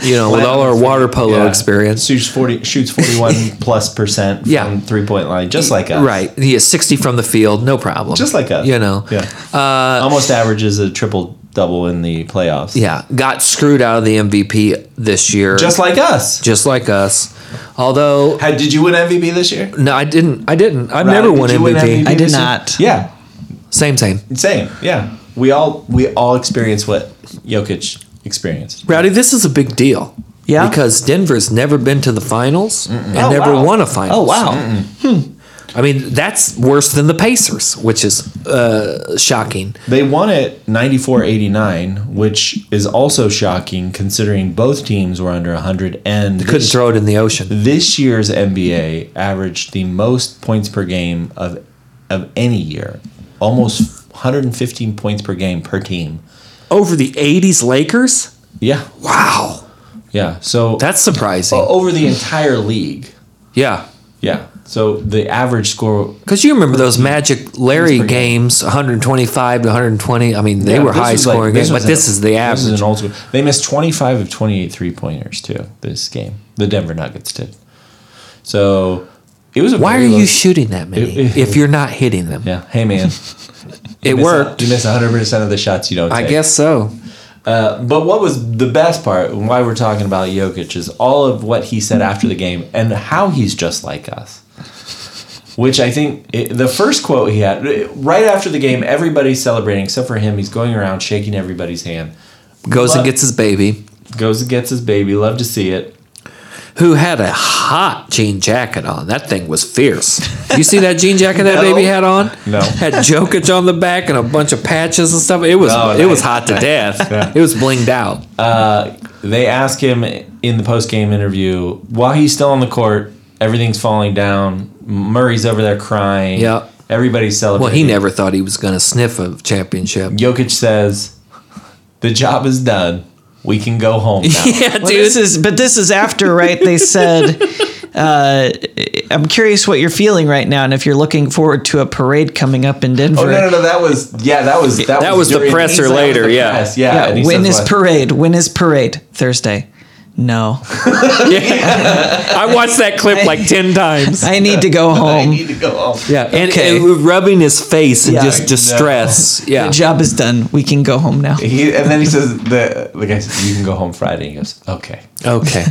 [SPEAKER 2] you know, with all our water polo
[SPEAKER 1] Yeah.
[SPEAKER 2] experience.
[SPEAKER 1] Shoots forty shoots forty one plus percent
[SPEAKER 2] Yeah.
[SPEAKER 1] from three point line, just like us.
[SPEAKER 2] Right, he is sixty from the field, no problem.
[SPEAKER 1] Just like us.
[SPEAKER 2] you know. Uh,
[SPEAKER 1] Yeah. Almost averages a triple double in the playoffs.
[SPEAKER 2] Yeah, got screwed out of the MVP this year,
[SPEAKER 1] Just like us.
[SPEAKER 2] just like us. Although
[SPEAKER 1] How, did you win MVP this year?
[SPEAKER 2] no, I didn't. I didn't. I've
[SPEAKER 1] Rowdy,
[SPEAKER 2] never
[SPEAKER 1] did
[SPEAKER 2] won
[SPEAKER 1] you win
[SPEAKER 2] MVP.
[SPEAKER 1] MVP?
[SPEAKER 3] I did
[SPEAKER 1] Listen.
[SPEAKER 3] not.
[SPEAKER 1] Yeah.
[SPEAKER 2] Same, same.
[SPEAKER 1] Same. Yeah. We all we all experience what Jokic experienced.
[SPEAKER 2] Rowdy, this is a big deal.
[SPEAKER 3] Yeah?
[SPEAKER 2] because Denver's never been to the finals and
[SPEAKER 1] Oh,
[SPEAKER 2] never
[SPEAKER 1] wow.
[SPEAKER 2] won a finals.
[SPEAKER 3] Oh wow,
[SPEAKER 2] I mean, that's worse than the Pacers, which is uh, shocking.
[SPEAKER 1] They won it 94-89, which is also shocking considering both teams were under 100 and
[SPEAKER 2] Couldn't throw it in the ocean.
[SPEAKER 1] this year's NBA averaged the most points per game of of any year, almost 115 points per game per team.
[SPEAKER 2] Over the '80s Lakers.
[SPEAKER 1] Yeah,
[SPEAKER 2] Wow,
[SPEAKER 1] yeah. So
[SPEAKER 2] that's surprising.
[SPEAKER 1] o- over the entire league.
[SPEAKER 2] Yeah.
[SPEAKER 1] Yeah. So the average score.
[SPEAKER 2] Because you remember those Magic Larry
[SPEAKER 1] pretty-
[SPEAKER 2] games, 125 to 120. I mean, they
[SPEAKER 1] Yeah,
[SPEAKER 2] were
[SPEAKER 1] this
[SPEAKER 2] high
[SPEAKER 1] was like-
[SPEAKER 2] scoring games,
[SPEAKER 1] was
[SPEAKER 2] but this
[SPEAKER 1] an-
[SPEAKER 2] is the
[SPEAKER 1] This is
[SPEAKER 2] average.
[SPEAKER 1] an old school. They missed 25 of 28 three pointers too. This game, the Denver Nuggets did. So it was. A
[SPEAKER 2] Why are
[SPEAKER 1] very low-
[SPEAKER 2] you shooting that many
[SPEAKER 1] It- it-
[SPEAKER 2] if you're not hitting them?
[SPEAKER 1] Yeah. Hey man,
[SPEAKER 2] It worked.
[SPEAKER 1] You miss 100 percent of the shots you don't.
[SPEAKER 2] I
[SPEAKER 1] take.
[SPEAKER 2] guess so.
[SPEAKER 1] But what was the best part, and why we're talking about Jokic, is all of what he said after the game and how he's just like us. Which I think it, the first quote he had right after the game, everybody's celebrating except for him. He's going around shaking everybody's hand.
[SPEAKER 2] Goes
[SPEAKER 1] But-
[SPEAKER 2] and gets his baby,
[SPEAKER 1] Goes and gets his baby. Love to see it.
[SPEAKER 2] who had a hot jean jacket on. That thing was fierce. You see that jean jacket that
[SPEAKER 1] No.
[SPEAKER 2] baby had on?
[SPEAKER 1] No.
[SPEAKER 2] Had Jokic on the back and a bunch of patches and stuff. It was
[SPEAKER 1] Oh,
[SPEAKER 2] it
[SPEAKER 1] nice.
[SPEAKER 2] was hot to death. It was blinged out.
[SPEAKER 1] They ask him in the post game interview while he's still on the court, everything's falling down. Murray's over there crying.
[SPEAKER 2] Yeah.
[SPEAKER 1] Everybody's celebrating.
[SPEAKER 2] Well, he never thought he was going to sniff a championship.
[SPEAKER 1] Jokic says, "The job is done. We can go home now."
[SPEAKER 2] Yeah,
[SPEAKER 3] Well, this is but this is after right? They said uh, I'm curious what you're feeling right now, and if you're looking forward to a parade coming up in Denver.
[SPEAKER 1] Oh no, no, no! That was yeah, that was that,
[SPEAKER 2] That was the
[SPEAKER 1] during-
[SPEAKER 2] presser
[SPEAKER 1] that was the
[SPEAKER 2] later, yeah.
[SPEAKER 1] press, yeah.
[SPEAKER 3] Yeah,
[SPEAKER 1] and he
[SPEAKER 3] when
[SPEAKER 1] says
[SPEAKER 3] is
[SPEAKER 1] what?
[SPEAKER 3] parade? When is parade? Thursday. No,
[SPEAKER 2] I watched that clip like 10 times.
[SPEAKER 3] I need to go
[SPEAKER 1] I
[SPEAKER 3] home.
[SPEAKER 1] need to go home.
[SPEAKER 2] Yeah, and,
[SPEAKER 3] okay.
[SPEAKER 2] and rubbing his face in
[SPEAKER 3] Yeah.
[SPEAKER 2] just distress. Yeah.
[SPEAKER 3] The job is done. We can go home now.
[SPEAKER 1] He, and then he says the the guy says you can go home Friday. He goes okay.
[SPEAKER 2] Okay.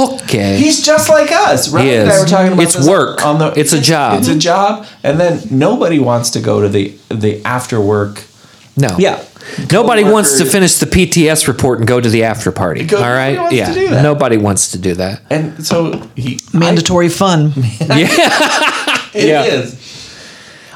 [SPEAKER 2] Okay.
[SPEAKER 1] He's just like us. Right?
[SPEAKER 2] He
[SPEAKER 1] and I
[SPEAKER 2] is.
[SPEAKER 1] were talking about
[SPEAKER 2] It's
[SPEAKER 1] this
[SPEAKER 2] work.
[SPEAKER 1] On the,
[SPEAKER 2] It's a job.
[SPEAKER 1] It's a job. And then nobody wants to go to the the after work.
[SPEAKER 2] No.
[SPEAKER 3] Yeah.
[SPEAKER 2] Nobody wants to
[SPEAKER 1] Co-workers-
[SPEAKER 2] finish the PTS report and go to the after party.
[SPEAKER 1] Go-
[SPEAKER 2] all right.
[SPEAKER 1] nobody wants
[SPEAKER 2] yeah.
[SPEAKER 1] to do that.
[SPEAKER 2] Nobody wants to do that.
[SPEAKER 1] And so he
[SPEAKER 3] Mandatory fun.
[SPEAKER 2] yeah.
[SPEAKER 1] It
[SPEAKER 2] Yeah.
[SPEAKER 1] is.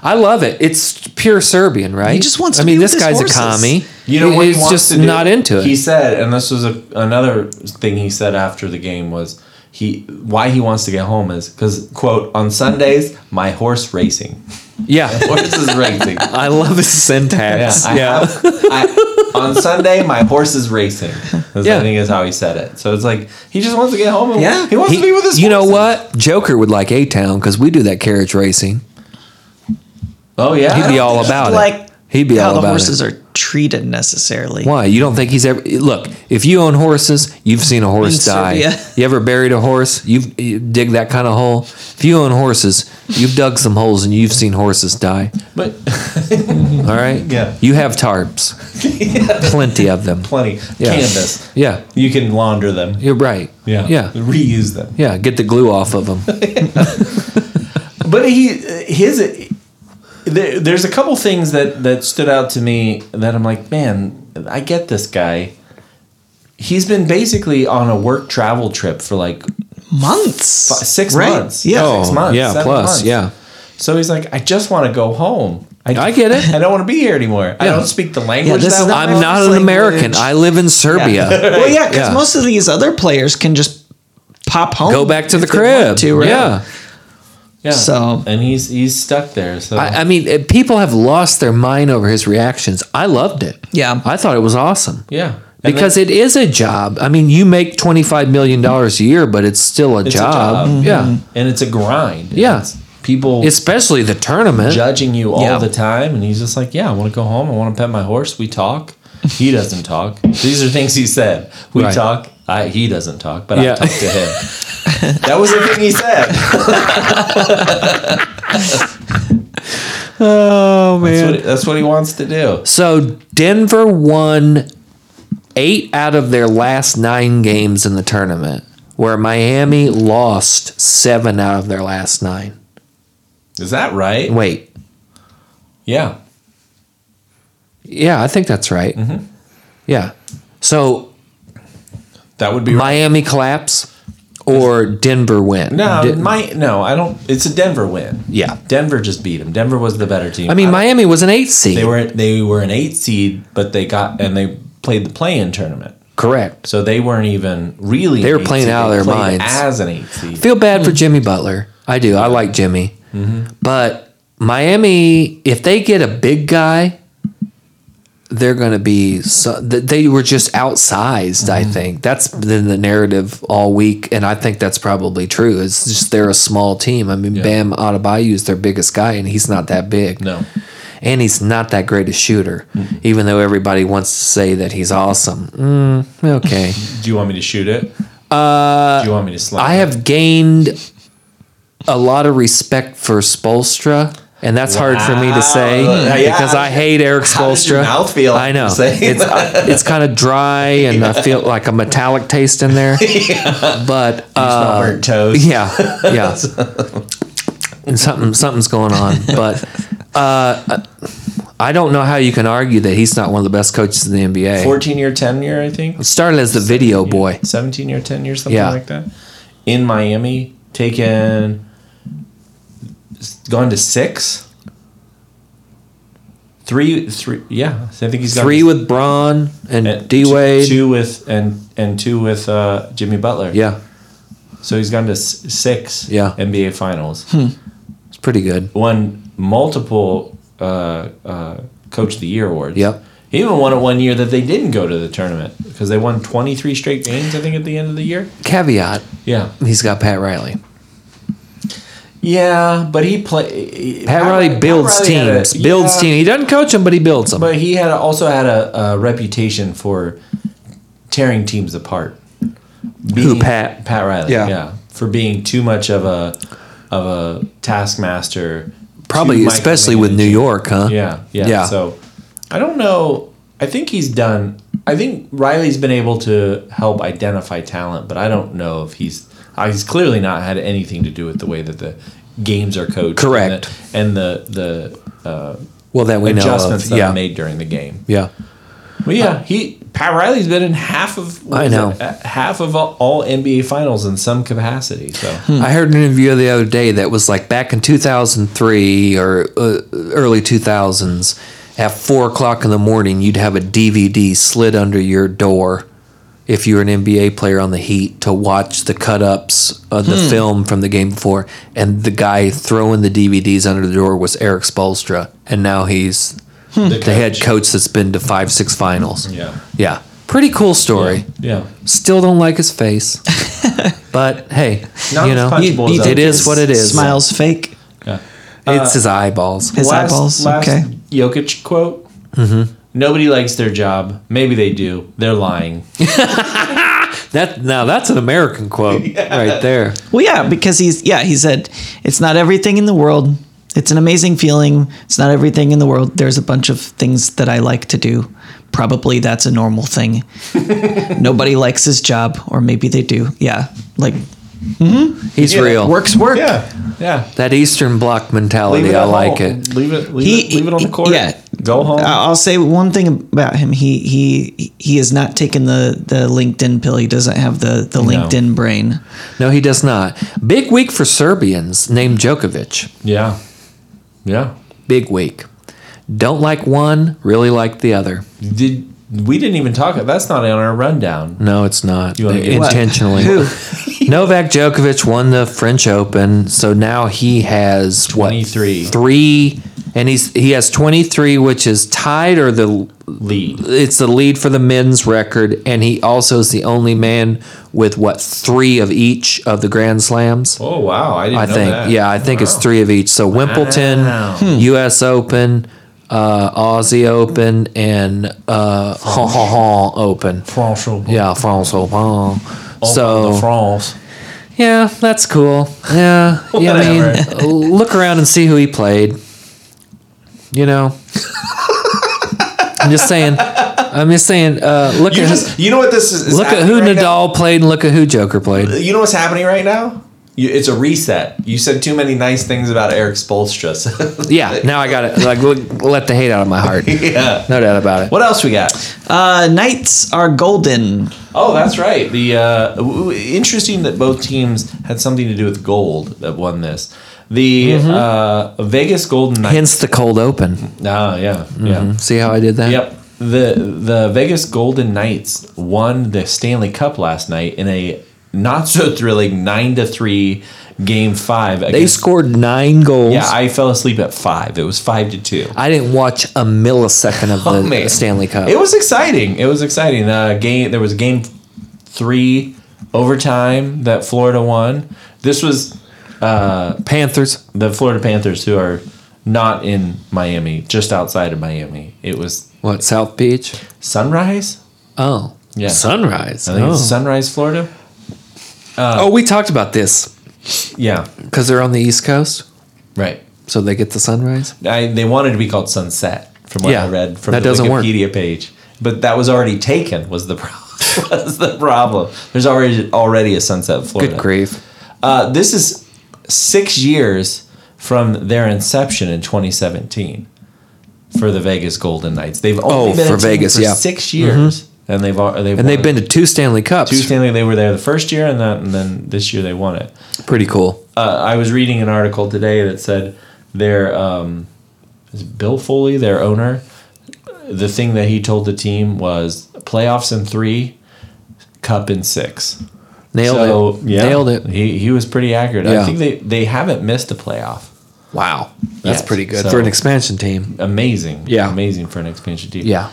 [SPEAKER 2] I love it. It's pure Serbian, right?
[SPEAKER 3] He just wants to
[SPEAKER 2] I mean,
[SPEAKER 3] be
[SPEAKER 2] this
[SPEAKER 3] with his
[SPEAKER 2] guy's
[SPEAKER 3] horses.
[SPEAKER 2] a commie.
[SPEAKER 1] You know what
[SPEAKER 2] he's
[SPEAKER 1] he wants
[SPEAKER 2] just
[SPEAKER 1] to do?
[SPEAKER 2] not into it.
[SPEAKER 1] He said, and this was a, another thing he said after the game was he why he wants to get home is because quote on Sundays my horse racing
[SPEAKER 2] yeah.
[SPEAKER 1] horse is racing.
[SPEAKER 2] I love his syntax.
[SPEAKER 1] I
[SPEAKER 2] Yeah.
[SPEAKER 1] have- I- on Sunday, my horse is racing. Is,
[SPEAKER 2] Yeah.
[SPEAKER 1] I think is how he said it. So it's like he just wants to get home. And
[SPEAKER 3] Yeah.
[SPEAKER 1] he wants
[SPEAKER 2] He-
[SPEAKER 1] to be with his.
[SPEAKER 2] you know
[SPEAKER 1] horses.
[SPEAKER 2] what? Joker would like A Town because we do that carriage racing.
[SPEAKER 1] Oh yeah,
[SPEAKER 2] He'd be all about it.
[SPEAKER 3] Like
[SPEAKER 2] He'd be
[SPEAKER 3] how
[SPEAKER 2] all
[SPEAKER 3] the
[SPEAKER 2] about
[SPEAKER 3] horses
[SPEAKER 2] it.
[SPEAKER 3] are treated necessarily.
[SPEAKER 2] Why? You don't think he's ever look? If you own horses, you've seen a horse
[SPEAKER 3] In
[SPEAKER 2] die.
[SPEAKER 3] Serbia.
[SPEAKER 2] You ever buried a horse? You've you dig that kind of hole. If you own horses, you've dug some holes and you've seen horses die.
[SPEAKER 1] but
[SPEAKER 2] All right.
[SPEAKER 1] Yeah.
[SPEAKER 2] You have tarps, plenty of them.
[SPEAKER 1] plenty
[SPEAKER 2] Yeah.
[SPEAKER 1] canvas.
[SPEAKER 2] Yeah.
[SPEAKER 1] You can launder them.
[SPEAKER 2] You're right. Yeah.
[SPEAKER 1] reuse them.
[SPEAKER 2] Yeah. Get the glue off of them.
[SPEAKER 1] But he his there, there's a couple things that that stood out to me that I'm like, man, I get this guy. He's been basically on a work travel trip for like
[SPEAKER 3] Months.
[SPEAKER 1] fi- six
[SPEAKER 3] right?
[SPEAKER 1] months.
[SPEAKER 3] Yeah.
[SPEAKER 2] Oh,
[SPEAKER 1] six months.
[SPEAKER 2] yeah,
[SPEAKER 1] seven
[SPEAKER 2] plus,
[SPEAKER 1] months.
[SPEAKER 2] yeah.
[SPEAKER 1] So he's like, I just want to go home.
[SPEAKER 2] I get it.
[SPEAKER 1] I don't want to be here anymore. I
[SPEAKER 2] Yeah.
[SPEAKER 1] don't speak the language.
[SPEAKER 3] this is
[SPEAKER 1] that
[SPEAKER 3] not
[SPEAKER 1] well.
[SPEAKER 2] I'm not an
[SPEAKER 3] language.
[SPEAKER 2] American. I live in Serbia.
[SPEAKER 3] Well, yeah, because
[SPEAKER 2] Yeah.
[SPEAKER 3] most of these other players can just pop home.
[SPEAKER 2] Go back to the
[SPEAKER 3] if they
[SPEAKER 2] crib.
[SPEAKER 3] want to, right?
[SPEAKER 2] Yeah.
[SPEAKER 1] Yeah.
[SPEAKER 3] So-
[SPEAKER 1] and he's he's stuck there. So
[SPEAKER 2] I, I mean, it- people have lost their mind over his reactions. I loved it.
[SPEAKER 3] Yeah.
[SPEAKER 2] I thought it was awesome.
[SPEAKER 1] yeah, And
[SPEAKER 2] Because it is a job. I mean, you make $25 million a year, but it's still a
[SPEAKER 1] It's a
[SPEAKER 2] job.
[SPEAKER 1] job. Mm-hmm.
[SPEAKER 2] Yeah.
[SPEAKER 1] then- and it's a grind.
[SPEAKER 2] Yeah.
[SPEAKER 1] It's people
[SPEAKER 2] Especially the tournament.
[SPEAKER 1] judging you all
[SPEAKER 3] Yeah.
[SPEAKER 1] the time, and he's just like, yeah, I want to go home. I want to pet my horse. We talk. He doesn't talk. These are things he said. We
[SPEAKER 2] Right.
[SPEAKER 1] talk. I he doesn't talk, but
[SPEAKER 2] Yeah.
[SPEAKER 1] I talk to him. that was the thing he said.
[SPEAKER 2] oh,
[SPEAKER 1] That's
[SPEAKER 2] man.
[SPEAKER 1] what, that's what he wants to do.
[SPEAKER 2] So Denver won eight out of their last nine games in the tournament, where Miami lost seven out of their last nine.
[SPEAKER 1] Is that right?
[SPEAKER 2] Wait.
[SPEAKER 1] Yeah.
[SPEAKER 2] Yeah, I think that's right.
[SPEAKER 1] Mm-hmm.
[SPEAKER 2] Yeah. So
[SPEAKER 1] That would be right.
[SPEAKER 2] Miami collapse or Denver win?
[SPEAKER 1] No,
[SPEAKER 2] Di-
[SPEAKER 1] my no, I don't. It's a Denver win.
[SPEAKER 2] Yeah.
[SPEAKER 1] Denver just beat them. Denver was the better team.
[SPEAKER 2] I mean
[SPEAKER 1] don't-
[SPEAKER 2] Miami was an eight
[SPEAKER 1] they
[SPEAKER 2] seed.
[SPEAKER 1] were they were an eight seed, but they got and they played the play-in tournament,
[SPEAKER 2] Correct.
[SPEAKER 1] so they weren't even really.
[SPEAKER 2] They
[SPEAKER 1] an
[SPEAKER 2] were
[SPEAKER 1] eight
[SPEAKER 2] playing
[SPEAKER 1] seed.
[SPEAKER 2] out of
[SPEAKER 1] They
[SPEAKER 2] their
[SPEAKER 1] played
[SPEAKER 2] minds.
[SPEAKER 1] as an eight seed.
[SPEAKER 2] Feel bad for Jimmy Butler. I do. I like Jimmy, but Miami, if they get a big guy, they're going to be. So, th- they were just outsized. I think that's been the narrative all week, and I think that's probably true. It's just they're a small team. I mean, Bam Adebayo is their biggest guy, and he's not that big.
[SPEAKER 1] No,
[SPEAKER 2] and he's not that great a shooter, even though everybody wants to say that he's awesome. Mm, okay.
[SPEAKER 1] do you want me to shoot it? Uh, do you want me to slap?
[SPEAKER 2] I
[SPEAKER 1] it?
[SPEAKER 2] have gained a lot of respect for Spolstra, and that's hard for me to say
[SPEAKER 1] Wow. Yeah.
[SPEAKER 2] because I hate Eric
[SPEAKER 1] How does
[SPEAKER 2] Spolstra.
[SPEAKER 1] your mouth feel
[SPEAKER 2] I know.
[SPEAKER 1] saying
[SPEAKER 2] It's, it's kind of dry, and I feel like a metallic taste in there. But uh,
[SPEAKER 1] Not burnt toes.
[SPEAKER 2] Yeah, yeah. and something something's going on, but uh, I don't know how you can argue that he's not one of the best coaches in the NBA.
[SPEAKER 1] Fourteen year tenure, I think.
[SPEAKER 2] Started as the video Oh, boy.
[SPEAKER 1] Seventeen year tenure, something
[SPEAKER 2] Yeah.
[SPEAKER 1] like that. In Miami, taken, gone to six. Three, three, yeah. I think he's gone
[SPEAKER 2] Three
[SPEAKER 1] to-
[SPEAKER 2] with Braun and
[SPEAKER 1] and
[SPEAKER 2] D
[SPEAKER 1] two-
[SPEAKER 2] Wade.
[SPEAKER 1] two with and and two with uh, Jimmy Butler.
[SPEAKER 2] Yeah,
[SPEAKER 1] So he's gone to s- six
[SPEAKER 2] Yeah.
[SPEAKER 1] NBA Finals.
[SPEAKER 2] it's pretty good.
[SPEAKER 1] Won multiple uh, uh, Coach of the Year awards.
[SPEAKER 2] Yep.
[SPEAKER 1] He even won it one year that they didn't go to the tournament because they won 23 straight games, I think, at the end of the year.
[SPEAKER 2] Caveat:
[SPEAKER 1] Yeah.
[SPEAKER 2] He's got Pat Riley.
[SPEAKER 1] Yeah, but he play.
[SPEAKER 2] Pat Riley builds teams. builds teams. He doesn't coach them, but he builds them.
[SPEAKER 1] But he had also had a, a reputation for tearing teams apart. Being-
[SPEAKER 2] Pat?
[SPEAKER 1] Pat Riley.
[SPEAKER 2] Yeah.
[SPEAKER 1] Yeah. For being too much of a of a taskmaster.
[SPEAKER 2] Probably,
[SPEAKER 1] too
[SPEAKER 2] especially with New
[SPEAKER 1] micromanaging.
[SPEAKER 2] York, huh?
[SPEAKER 1] Yeah, yeah.
[SPEAKER 2] Yeah.
[SPEAKER 1] So I don't know. I think he's done. I think Riley's been able to help identify talent, but I don't know if he's. uh, He's clearly not had anything to do with the way that the games are coached.
[SPEAKER 2] Correct.
[SPEAKER 1] And the and the, the uh,
[SPEAKER 2] Well, that we know
[SPEAKER 1] adjustments
[SPEAKER 2] of.
[SPEAKER 1] that
[SPEAKER 2] Yeah.
[SPEAKER 1] are made during the game. Uh,
[SPEAKER 2] Yeah.
[SPEAKER 1] Well, yeah, he Pat Riley's been in half of what
[SPEAKER 2] I
[SPEAKER 1] was
[SPEAKER 2] know.
[SPEAKER 1] it? Uh, half of all, all NBA finals in some capacity. So
[SPEAKER 2] I heard an interview the other day that was like back in 2003 or uh, early 2000s, at four o'clock in the morning, you'd have a DVD slid under your door if you were an NBA player on the Heat to watch the cut ups of
[SPEAKER 1] Hmm.
[SPEAKER 2] the film from the game before. And the guy throwing the DVDs under the door was Eric Spolstra. And now he's Hmm. the head coach that's been to five, six finals.
[SPEAKER 1] Yeah.
[SPEAKER 2] Yeah. Pretty cool story.
[SPEAKER 1] Yeah.
[SPEAKER 2] Still don't like his face, but hey,
[SPEAKER 1] Not
[SPEAKER 2] you
[SPEAKER 1] as
[SPEAKER 2] know,
[SPEAKER 1] punchable as
[SPEAKER 2] it
[SPEAKER 1] others.
[SPEAKER 2] is what it is.
[SPEAKER 3] Smiles fake.
[SPEAKER 1] Yeah. Uh,
[SPEAKER 2] It's his eyeballs.
[SPEAKER 3] His eyeballs. okay.
[SPEAKER 1] Jokic quote. Mm-hmm. Nobody likes their job. Maybe they do. They're lying.
[SPEAKER 2] That now that's an American quote right there.
[SPEAKER 3] Well, yeah, because he's yeah he said it's not everything in the world. It's an amazing feeling. It's not everything in the world. There's a bunch of things that I like to do. Probably that's a normal thing. Nobody likes his job, or maybe they do. Yeah, like
[SPEAKER 2] He's
[SPEAKER 1] Yeah,
[SPEAKER 2] real.
[SPEAKER 3] works work.
[SPEAKER 1] yeah.
[SPEAKER 2] That Eastern Bloc
[SPEAKER 1] Leave
[SPEAKER 2] mentality,
[SPEAKER 1] it
[SPEAKER 2] I
[SPEAKER 1] at
[SPEAKER 2] like
[SPEAKER 1] home.
[SPEAKER 2] it.
[SPEAKER 1] Leave it. Leave,
[SPEAKER 3] He-
[SPEAKER 1] it, leave it on the court.
[SPEAKER 3] yeah. Uh,
[SPEAKER 1] Go home.
[SPEAKER 3] I- I'll say one thing about him. He he he has not taken the the LinkedIn pill. He doesn't have the the LinkedIn brain.
[SPEAKER 2] No, he does not. Big week for Serbians named Djokovic.
[SPEAKER 1] yeah. Yeah.
[SPEAKER 2] Big week. Don't like one, really like the other.
[SPEAKER 1] Did we didn't even talk? That's not on our rundown.
[SPEAKER 2] No, it's not.
[SPEAKER 1] wanna
[SPEAKER 2] They-
[SPEAKER 1] get- What?
[SPEAKER 2] intentionally.
[SPEAKER 3] Who?
[SPEAKER 2] Novak Djokovic won the French Open, so now he has what
[SPEAKER 1] 23.
[SPEAKER 2] three, and he's he has twenty three, which is tied or the
[SPEAKER 1] Lead.
[SPEAKER 2] it's the lead for the men's record, and he also is the only man with what three of each of the Grand Slams.
[SPEAKER 1] Oh wow! I didn't.
[SPEAKER 2] I
[SPEAKER 1] know
[SPEAKER 2] think
[SPEAKER 1] that.
[SPEAKER 2] yeah, I think it's
[SPEAKER 1] Wow.
[SPEAKER 2] three of each. So Wimbledon,
[SPEAKER 1] Wow.
[SPEAKER 2] U.S. Open, uh, Aussie Open, and uh, Hong Kong Open.
[SPEAKER 1] France.
[SPEAKER 2] Yeah, France Open.
[SPEAKER 1] the
[SPEAKER 2] So
[SPEAKER 1] France.
[SPEAKER 2] yeah, that's cool. Yeah, yeah. I mean, look around and see who he played. You know, I'm just saying. I'm just saying. Uh, look
[SPEAKER 1] You
[SPEAKER 2] at
[SPEAKER 1] just. You know what this is? is
[SPEAKER 2] look at
[SPEAKER 1] happening
[SPEAKER 2] who
[SPEAKER 1] right now?
[SPEAKER 2] Nadal played and look at who Joker played.
[SPEAKER 1] You know what's happening right now? You, it's a reset. You said too many nice things about Eric Spolstra. so-
[SPEAKER 2] Yeah, now I got it. Like, look, let the hate out of my heart.
[SPEAKER 1] yeah.
[SPEAKER 2] No doubt about it.
[SPEAKER 1] What else we got?
[SPEAKER 3] Uh, Knights are golden.
[SPEAKER 1] Oh, that's right. The uh, w- w- interesting that both teams had something to do with gold that won this. The
[SPEAKER 2] Mm-hmm.
[SPEAKER 1] uh, Vegas Golden Knights.
[SPEAKER 2] Hence the cold open.
[SPEAKER 1] Ah, yeah, yeah,
[SPEAKER 2] See how I did that?
[SPEAKER 1] yep. The the Vegas Golden Knights won the Stanley Cup last night in a not so thrilling nine to three game five.
[SPEAKER 2] They
[SPEAKER 1] Against,
[SPEAKER 2] scored nine goals.
[SPEAKER 1] yeah, I fell asleep at five. It was five to two.
[SPEAKER 2] I didn't watch a millisecond of the
[SPEAKER 1] Oh, man.
[SPEAKER 2] Stanley Cup.
[SPEAKER 1] It was exciting. It was exciting. Uh, game there was game three overtime that Florida won. This was
[SPEAKER 2] Panthers.
[SPEAKER 1] the Florida Panthers who are not in Miami, just outside of Miami. It was
[SPEAKER 2] What, South Beach?
[SPEAKER 1] Sunrise.
[SPEAKER 2] Oh.
[SPEAKER 1] Yeah.
[SPEAKER 2] Sunrise.
[SPEAKER 1] I think
[SPEAKER 2] oh.
[SPEAKER 1] it's Sunrise, Florida.
[SPEAKER 2] oh, we talked about this
[SPEAKER 1] Yeah,
[SPEAKER 2] because they're on the East Coast,
[SPEAKER 1] right.
[SPEAKER 2] so they get the sunrise.
[SPEAKER 1] I, they wanted to be called Sunset, from what
[SPEAKER 2] Yeah,
[SPEAKER 1] I read from
[SPEAKER 2] that
[SPEAKER 1] the
[SPEAKER 2] doesn't work.
[SPEAKER 1] Wikipedia page, but that was already taken. Was the pro- was the problem? There's already already a Sunset, Florida.
[SPEAKER 2] Good grief.
[SPEAKER 1] Uh, this is six years from their inception in 2017 for the Vegas Golden Knights. They've only
[SPEAKER 2] Oh,
[SPEAKER 1] been a
[SPEAKER 2] for
[SPEAKER 1] team
[SPEAKER 2] Vegas,
[SPEAKER 1] for
[SPEAKER 2] yeah. Mm-hmm.
[SPEAKER 1] six years, and they've al- they've
[SPEAKER 2] And they've
[SPEAKER 1] won
[SPEAKER 2] been to two Stanley Cups.
[SPEAKER 1] two Stanley. They were there the first year, and that, and then this year they won it.
[SPEAKER 2] Pretty cool.
[SPEAKER 1] Uh, I was reading an article today that said their um, is it Bill Foley, their owner, the thing that he told the team was playoffs in three, cup in six.
[SPEAKER 2] Nailed
[SPEAKER 1] So,
[SPEAKER 2] it.
[SPEAKER 1] yeah,
[SPEAKER 2] Nailed it.
[SPEAKER 1] He he was pretty accurate.
[SPEAKER 2] Yeah.
[SPEAKER 1] I think they they haven't missed a playoff.
[SPEAKER 2] Wow. That's
[SPEAKER 1] Yes.
[SPEAKER 2] pretty good
[SPEAKER 1] So-
[SPEAKER 2] for an expansion team.
[SPEAKER 1] Amazing.
[SPEAKER 2] Yeah.
[SPEAKER 1] Amazing for an expansion team.
[SPEAKER 2] Yeah.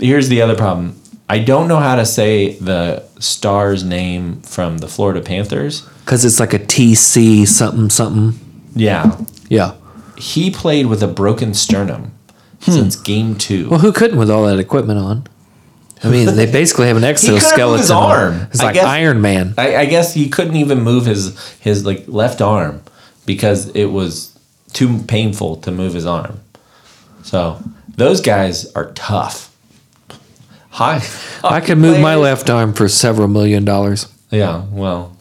[SPEAKER 1] Here's the other problem. I don't know how to say the star's name from the Florida Panthers.
[SPEAKER 2] because it's like a TC something something.
[SPEAKER 1] Yeah.
[SPEAKER 2] Yeah.
[SPEAKER 1] He played with a broken sternum since game two.
[SPEAKER 2] Hmm. Well, who couldn't with all that equipment on? I mean, they basically have an
[SPEAKER 1] couldn't move his
[SPEAKER 2] exoskeleton. on.
[SPEAKER 1] arm.
[SPEAKER 2] It's
[SPEAKER 1] I
[SPEAKER 2] like
[SPEAKER 1] guess-
[SPEAKER 2] Iron Man.
[SPEAKER 1] I, I guess he couldn't even move his his like left arm because it was too painful to move his arm. So those guys are tough. High.
[SPEAKER 2] I could move my left arm for several million dollars,
[SPEAKER 1] Yeah. Well,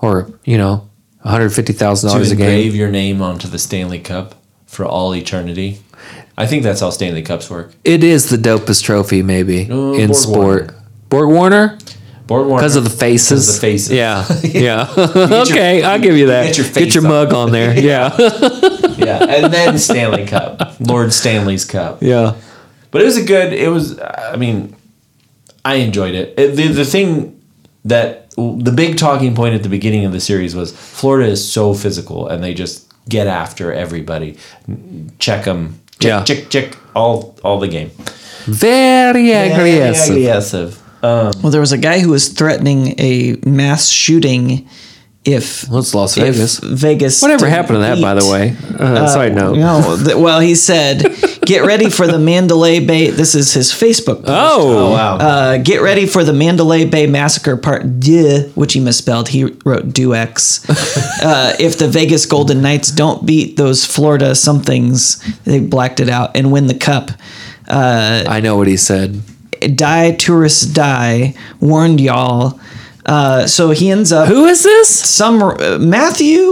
[SPEAKER 2] or you know, one hundred fifty thousand
[SPEAKER 1] to
[SPEAKER 2] dollars a game.
[SPEAKER 1] engrave your name onto the Stanley Cup for all eternity. I think that's how Stanley Cups work.
[SPEAKER 2] It is the dopest trophy, maybe
[SPEAKER 1] Uh,
[SPEAKER 2] in
[SPEAKER 1] Borg
[SPEAKER 2] sport. Borg Warner
[SPEAKER 1] Board
[SPEAKER 2] because of the faces.
[SPEAKER 1] Because of the faces.
[SPEAKER 2] Yeah, yeah. okay, I'll give you that.
[SPEAKER 1] get
[SPEAKER 2] Get
[SPEAKER 1] your
[SPEAKER 2] your,
[SPEAKER 1] face up.
[SPEAKER 2] mug on there. yeah,
[SPEAKER 1] yeah, and then Stanley Cup, Lord Stanley's Cup.
[SPEAKER 2] yeah.
[SPEAKER 1] But it was a good. It was. I mean, I enjoyed it. It- the the thing that the big talking point at the beginning of the series was Florida is so physical and they just get after everybody, check them, check,
[SPEAKER 2] Yeah.
[SPEAKER 1] check, check all all the game.
[SPEAKER 2] Very aggressive.
[SPEAKER 1] aggressive.
[SPEAKER 3] Well, there was a guy who was threatening a mass shooting if
[SPEAKER 2] Well, it's Las
[SPEAKER 3] if
[SPEAKER 2] Vegas.
[SPEAKER 3] Vegas.
[SPEAKER 2] Whatever
[SPEAKER 3] didn't
[SPEAKER 2] happened to that, by the
[SPEAKER 3] beat-
[SPEAKER 2] way? Uh, side note.
[SPEAKER 3] No. th- well, he said, "Get ready for the Mandalay Bay." This is his Facebook. Post.
[SPEAKER 2] Oh,
[SPEAKER 1] Oh wow.
[SPEAKER 3] Uh, get ready for the Mandalay Bay Massacre Part Deux, which he misspelled. He wrote Duex. uh, if the Vegas Golden Knights don't beat those Florida somethings, they blacked it out and win the cup. Uh,
[SPEAKER 2] I know what he said.
[SPEAKER 3] Die tourists die. Warned y'all. Uh, so he ends up
[SPEAKER 2] Who is this?
[SPEAKER 3] some uh, Matthew.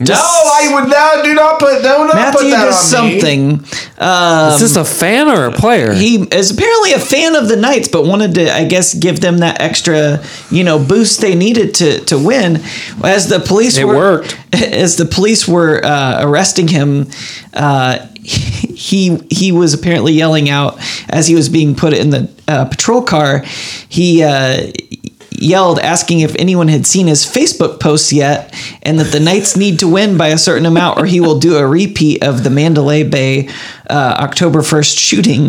[SPEAKER 1] no, I would not. Do not put. No, not
[SPEAKER 3] Matthew
[SPEAKER 1] put that
[SPEAKER 3] does
[SPEAKER 1] on me.
[SPEAKER 3] something.
[SPEAKER 2] is this a fan or a player?
[SPEAKER 3] He is apparently a fan of the Knights, but wanted to, I guess, give them that extra, you know, boost they needed to to win. As the police
[SPEAKER 2] It
[SPEAKER 3] were,
[SPEAKER 2] worked.
[SPEAKER 3] As the police were uh, arresting him, uh, he he was apparently yelling out as he was being put in the uh, patrol car. He. Uh, yelled asking if anyone had seen his facebook posts yet and that the knights need to win by a certain amount or he will do a repeat of the mandalay bay uh, october 1st shooting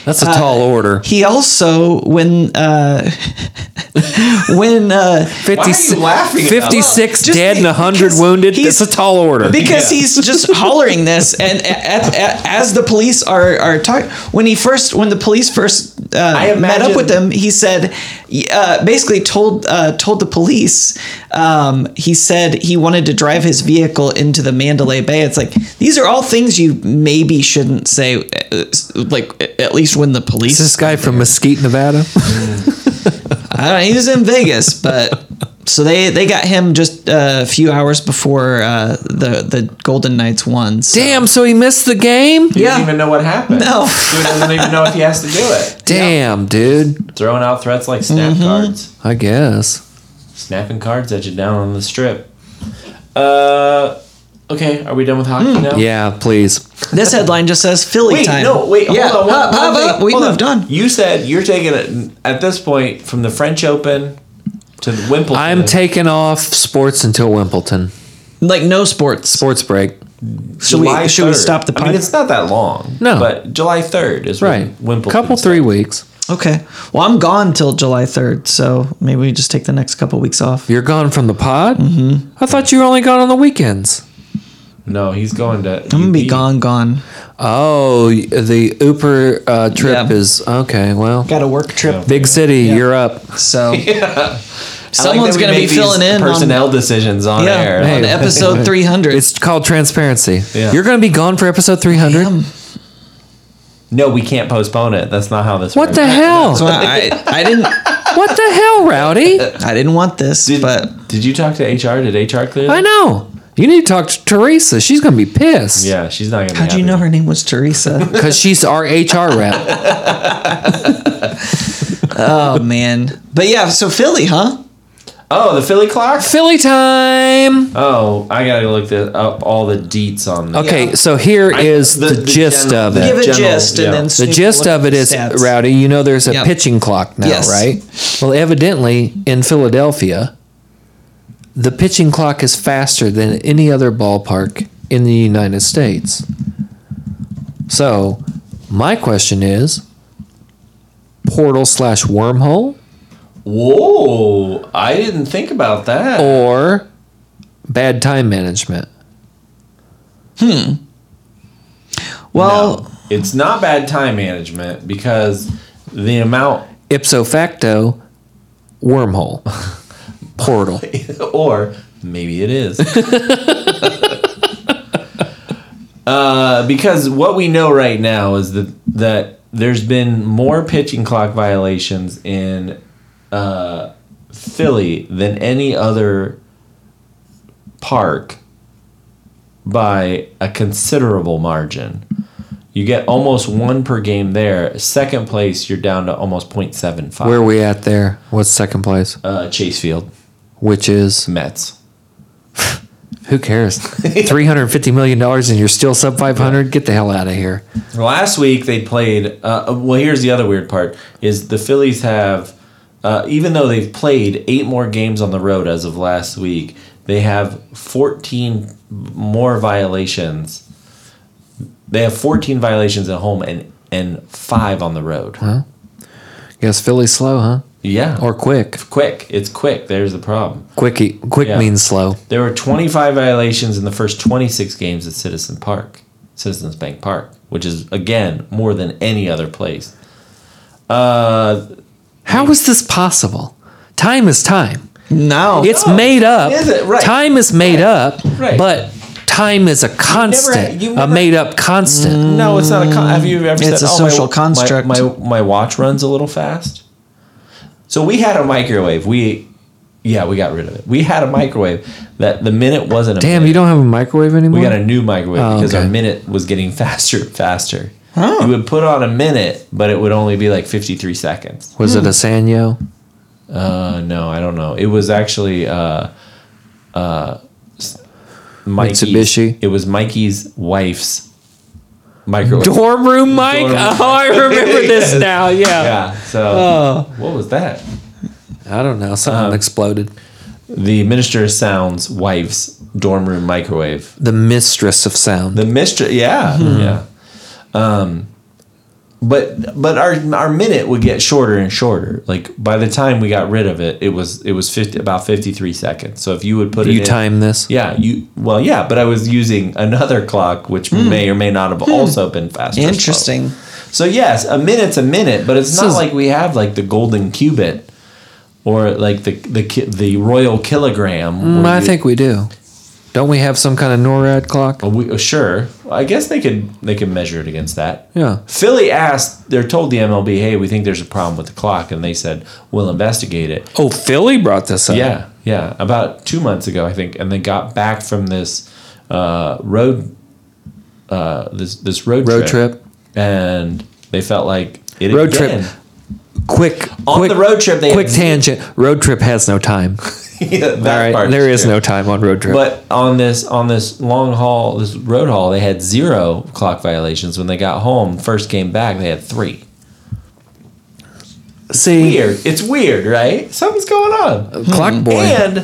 [SPEAKER 3] Uh,
[SPEAKER 2] That's a tall order.
[SPEAKER 3] he also, when uh, when uh,
[SPEAKER 2] 50,
[SPEAKER 1] Why are you laughing about that?
[SPEAKER 2] 56
[SPEAKER 3] Just
[SPEAKER 2] dead and 100
[SPEAKER 3] because
[SPEAKER 2] wounded.
[SPEAKER 3] he's-
[SPEAKER 2] That's a tall order.
[SPEAKER 3] because
[SPEAKER 1] Yeah.
[SPEAKER 3] he's just hollering this, and at, at, as the police are are talking, when he first when the police first uh, met up
[SPEAKER 1] imagine-
[SPEAKER 3] with him, he said, uh, basically told uh, told the police, um, he said he wanted to drive his vehicle into the Mandalay Bay. It's like these are all things you maybe shouldn't say, uh, like at least when the police
[SPEAKER 2] Is this guy from Mesquite, Nevada?
[SPEAKER 3] I don't know. He was in Vegas, but so they they got him just uh, a few hours before uh, the the Golden Knights won. So.
[SPEAKER 2] Damn, so he missed the game?
[SPEAKER 1] He
[SPEAKER 3] Yeah.
[SPEAKER 1] doesn't even know what happened.
[SPEAKER 3] No.
[SPEAKER 1] Dude doesn't even know if he has to do it.
[SPEAKER 2] Damn, dude.
[SPEAKER 1] Throwing out threats like snap
[SPEAKER 3] Mm-hmm.
[SPEAKER 1] cards.
[SPEAKER 2] I guess.
[SPEAKER 1] snapping cards at you down on the strip. Uh, okay, are we done with hockey now?
[SPEAKER 2] Yeah, please.
[SPEAKER 3] This headline just says Philly
[SPEAKER 1] Wait,
[SPEAKER 3] Hmm. time. Oh,
[SPEAKER 1] no, wait,
[SPEAKER 3] Yeah.
[SPEAKER 1] hold on.
[SPEAKER 3] Hop, hop
[SPEAKER 1] thing,
[SPEAKER 3] up. We
[SPEAKER 1] hold on.
[SPEAKER 3] moved on.
[SPEAKER 1] You said you're taking it at this point from the French Open to the Wimbledon.
[SPEAKER 2] I'm taking off sports until Wimbledon.
[SPEAKER 3] Like no sports.
[SPEAKER 2] Sports break.
[SPEAKER 3] Should we should we stop the
[SPEAKER 1] I mean,
[SPEAKER 3] podcast?
[SPEAKER 1] it's not that long.
[SPEAKER 2] No.
[SPEAKER 1] but July third is
[SPEAKER 2] Right.
[SPEAKER 1] when Wimbledon.
[SPEAKER 2] Couple,
[SPEAKER 1] starts.
[SPEAKER 2] three weeks.
[SPEAKER 3] okay. Well, I'm gone till July 3rd, so maybe we just take the next couple weeks off.
[SPEAKER 2] You're gone from the pod? Mm-hmm. I thought you were only gone on the weekends.
[SPEAKER 1] No, he's going to.
[SPEAKER 3] I'm gonna be gone, gone.
[SPEAKER 2] Oh, y- the Uber uh, trip
[SPEAKER 3] Yeah.
[SPEAKER 2] is okay. Well,
[SPEAKER 3] Got a work trip,
[SPEAKER 2] big city, you're up.
[SPEAKER 3] so
[SPEAKER 1] I like
[SPEAKER 3] someone's
[SPEAKER 1] that we
[SPEAKER 3] gonna be
[SPEAKER 1] make these
[SPEAKER 3] filling in on, yeah,
[SPEAKER 1] personnel decisions on air.
[SPEAKER 3] on
[SPEAKER 2] Hey.
[SPEAKER 3] episode 300.
[SPEAKER 2] It's called transparency.
[SPEAKER 1] Yeah.
[SPEAKER 2] You're going to be gone for episode 300.
[SPEAKER 3] Damn.
[SPEAKER 1] No, we can't postpone it. That's not how this.
[SPEAKER 2] What
[SPEAKER 1] works.
[SPEAKER 2] the hell?
[SPEAKER 3] So I, I, I didn't
[SPEAKER 2] What the hell, Rowdy?
[SPEAKER 3] I didn't want this,
[SPEAKER 1] Did,
[SPEAKER 3] but
[SPEAKER 1] did you talk to HR? Did HR clear? that?
[SPEAKER 2] I know. You need to talk to Teresa. She's going to be pissed.
[SPEAKER 1] Yeah, she's not gonna.
[SPEAKER 3] How'd you know her name was Teresa?
[SPEAKER 2] Because she's our HR rep.
[SPEAKER 3] oh man. But yeah, so Philly, huh?
[SPEAKER 1] Oh, the Philly clock.
[SPEAKER 2] Philly time.
[SPEAKER 1] Oh, I gotta look this, up all the deets on that.
[SPEAKER 2] Okay,
[SPEAKER 3] Yeah.
[SPEAKER 2] so here
[SPEAKER 1] I-
[SPEAKER 2] is
[SPEAKER 1] the-
[SPEAKER 2] the,
[SPEAKER 1] the
[SPEAKER 2] gist
[SPEAKER 1] general-
[SPEAKER 2] of
[SPEAKER 1] the
[SPEAKER 2] it.
[SPEAKER 3] Give a
[SPEAKER 1] General,
[SPEAKER 3] gist
[SPEAKER 1] yeah.
[SPEAKER 3] and then
[SPEAKER 2] The
[SPEAKER 3] Snoop
[SPEAKER 2] gist
[SPEAKER 3] looked
[SPEAKER 2] of it
[SPEAKER 3] at
[SPEAKER 2] is,
[SPEAKER 3] stats.
[SPEAKER 2] Rowdy, you know there's a
[SPEAKER 3] Yep.
[SPEAKER 2] pitching clock now,
[SPEAKER 3] Yes.
[SPEAKER 2] right? Well, evidently in Philadelphia, the pitching clock is faster than any other ballpark in the United States. So, my question is portal slash wormhole
[SPEAKER 1] Whoa, I didn't think about that.
[SPEAKER 2] or bad time management.
[SPEAKER 3] Well,
[SPEAKER 1] No, it's not bad time management because the amount
[SPEAKER 2] Ipso facto, wormhole, portal.
[SPEAKER 1] or maybe it is. uh, because what we know right now is that that there's been more pitching clock violations in uh, Philly than any other park by a considerable margin. You get almost one per game there. Second place, you're down to almost 0.75.
[SPEAKER 2] Where are we at there? What's second place?
[SPEAKER 1] uh, Chase Field,
[SPEAKER 2] Which is
[SPEAKER 1] Mets.
[SPEAKER 2] who cares? Three hundred fifty million dollars, and you're still sub five hundred. Get the hell out of here.
[SPEAKER 1] Last week they played. Uh, well, here's the other weird part: is the Phillies have, uh, even though they've played eight more games on the road as of last week, they have 14 more violations. They have 14 violations at home and and five on the road.
[SPEAKER 2] Guess Philly's slow, huh?
[SPEAKER 1] Yeah,
[SPEAKER 2] Or quick?
[SPEAKER 1] quick. It's quick. There's the problem.
[SPEAKER 2] Quicky, quick
[SPEAKER 1] Yeah.
[SPEAKER 2] means slow.
[SPEAKER 1] There were 25 violations in the first 26 games at Citizen Park, Citizens Bank Park, which is again more than any other place. Uh,
[SPEAKER 2] How is this possible? Time is time.
[SPEAKER 3] no.
[SPEAKER 2] It's
[SPEAKER 1] No,
[SPEAKER 2] made up.
[SPEAKER 1] Oh, is it? Right.
[SPEAKER 2] Time is made up,
[SPEAKER 1] Right.
[SPEAKER 2] but time is a constant,
[SPEAKER 1] you
[SPEAKER 2] a
[SPEAKER 1] never- Mm.
[SPEAKER 2] made up constant.
[SPEAKER 1] No, it's not a. Con- have you ever?
[SPEAKER 3] It's
[SPEAKER 1] said, "Oh,
[SPEAKER 3] a
[SPEAKER 1] my-
[SPEAKER 3] social
[SPEAKER 1] my,
[SPEAKER 3] construct."
[SPEAKER 1] My, my watch runs a little fast. So we had a microwave. We, yeah, we got rid of it. We had a microwave that the minute wasn't. A
[SPEAKER 2] Damn,
[SPEAKER 1] minute.
[SPEAKER 2] you don't have a microwave anymore?
[SPEAKER 1] We got a new microwave
[SPEAKER 2] Oh,
[SPEAKER 1] because
[SPEAKER 2] okay. Oh.
[SPEAKER 1] our minute was getting faster and faster. You would put on a minute, but it would only be like fifty-three seconds.
[SPEAKER 2] Was it a Sanyo?
[SPEAKER 1] Uh, no, I don't know. It was actually uh, uh, s- Mikey's.
[SPEAKER 2] Mitsubishi?
[SPEAKER 1] It was Mikey's wife's microwave.
[SPEAKER 2] Dorm room mic?
[SPEAKER 1] Dorm room
[SPEAKER 2] Oh, I remember this
[SPEAKER 1] Yes.
[SPEAKER 2] now. Yeah.
[SPEAKER 1] Yeah. So what was that?
[SPEAKER 2] I don't know. Something
[SPEAKER 1] Um,
[SPEAKER 2] exploded.
[SPEAKER 1] The minister of sounds wife's dorm room microwave.
[SPEAKER 2] The mistress of sound.
[SPEAKER 1] The mistress. Yeah. Yeah. Um, but but our our minute would get shorter and shorter. Like by the time we got rid of it, it was it was fifty about fifty three seconds. So if you would put it
[SPEAKER 2] you
[SPEAKER 1] in-
[SPEAKER 2] time this?
[SPEAKER 1] Yeah, you well, yeah, but I was using another clock, which may or may not have also been faster. or slower.
[SPEAKER 3] Interesting.
[SPEAKER 1] So yes, a minute's a minute, but it's
[SPEAKER 2] This
[SPEAKER 1] not
[SPEAKER 2] is-
[SPEAKER 1] like we have like the golden cubit or like the the ki- the royal kilogram.
[SPEAKER 2] Mm,
[SPEAKER 1] where
[SPEAKER 2] I
[SPEAKER 1] you-
[SPEAKER 2] think we do. Don't we have some kind of NORAD clock?
[SPEAKER 1] Well, we, uh, sure. I guess they could they could measure it against that.
[SPEAKER 2] Yeah.
[SPEAKER 1] Philly asked. They're told the MLB, "Hey, we think there's a problem with the clock," and they said, "We'll investigate it."
[SPEAKER 2] Oh, Philly brought this up.
[SPEAKER 1] Yeah, yeah. About two months ago, I think, and they got back from this uh, road uh, this this road
[SPEAKER 2] Road trip.
[SPEAKER 1] and they felt like it
[SPEAKER 2] Road trip.
[SPEAKER 1] again.
[SPEAKER 2] Quick.
[SPEAKER 1] On
[SPEAKER 2] quick,
[SPEAKER 1] the road trip, they
[SPEAKER 2] Quick
[SPEAKER 1] had-
[SPEAKER 2] tangent. Road trip has no time.
[SPEAKER 1] Yeah, that
[SPEAKER 2] All right.
[SPEAKER 1] part
[SPEAKER 2] there is
[SPEAKER 1] true.
[SPEAKER 2] no time on road trip.
[SPEAKER 1] But on this on this long haul, this road haul, they had zero clock violations. When they got home, first came back, they had three.
[SPEAKER 2] See,
[SPEAKER 1] Weird. It's weird, right? Something's going on.
[SPEAKER 2] clock Oh, boy.
[SPEAKER 1] And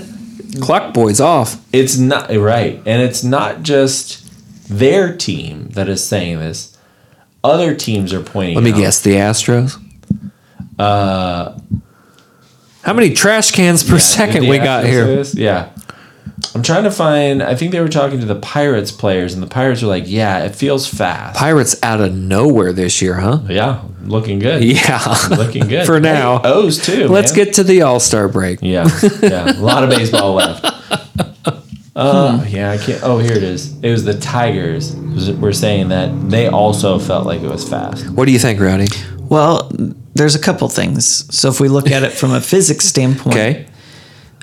[SPEAKER 2] clock boy's off.
[SPEAKER 1] it's not right, and it's not just their team that is saying this. Other teams are pointing.
[SPEAKER 2] Let me
[SPEAKER 1] out-
[SPEAKER 2] guess. The Astros. Uh. How many trash cans per second
[SPEAKER 1] Did
[SPEAKER 2] we
[SPEAKER 1] Uh, the
[SPEAKER 2] got
[SPEAKER 1] Astros
[SPEAKER 2] here?
[SPEAKER 1] do this? Yeah. I'm trying to find. I think they were talking to the Pirates players, and the Pirates were like, "Yeah, it feels fast.
[SPEAKER 2] Pirates out of nowhere this year, huh?
[SPEAKER 1] yeah, looking good.
[SPEAKER 2] Yeah.
[SPEAKER 1] looking good
[SPEAKER 2] For now.
[SPEAKER 1] Hey, O's too.
[SPEAKER 2] Let's
[SPEAKER 1] man.
[SPEAKER 2] get to the All Star break.
[SPEAKER 1] Yeah, yeah. A lot of baseball left. Uh, yeah, I can't. Oh, here it is. It was the Tigers. We're saying that they also felt like it was fast.
[SPEAKER 2] What do you think, Rowdy?
[SPEAKER 3] Well, there's a couple things. So if we look at it from a physics standpoint,
[SPEAKER 2] Okay.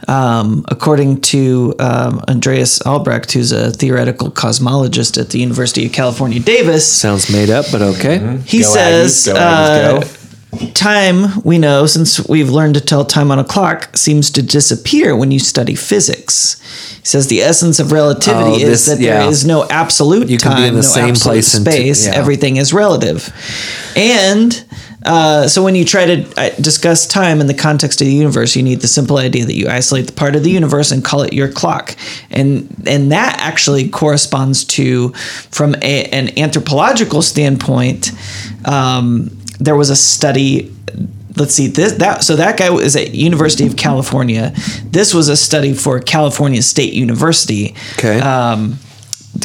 [SPEAKER 3] according to um, Andreas Albrecht, who's a theoretical cosmologist at the University of California, Davis,
[SPEAKER 2] Sounds made up, but okay.
[SPEAKER 3] he
[SPEAKER 1] Go
[SPEAKER 3] says
[SPEAKER 1] Aggies, go Aggies,
[SPEAKER 3] uh,
[SPEAKER 1] go.
[SPEAKER 3] time, we know, since we've learned to tell time on a clock, seems to disappear when you study physics. He says the essence of relativity
[SPEAKER 2] Oh, this-
[SPEAKER 3] is that
[SPEAKER 2] yeah.
[SPEAKER 3] there is no absolute
[SPEAKER 2] You can
[SPEAKER 3] time,
[SPEAKER 2] be in the
[SPEAKER 3] no
[SPEAKER 2] same
[SPEAKER 3] absolute
[SPEAKER 2] place and t-
[SPEAKER 3] space.
[SPEAKER 2] yeah.
[SPEAKER 3] Everything is relative. And uh, so when you try to uh, discuss time in the context of the universe, you need the simple idea that you isolate the part of the universe and call it your clock. And and that actually corresponds to, from a, an anthropological standpoint, um, there was a study let's see this that so that guy was at University of California. This was a study for California State University.
[SPEAKER 2] Okay.
[SPEAKER 3] Um,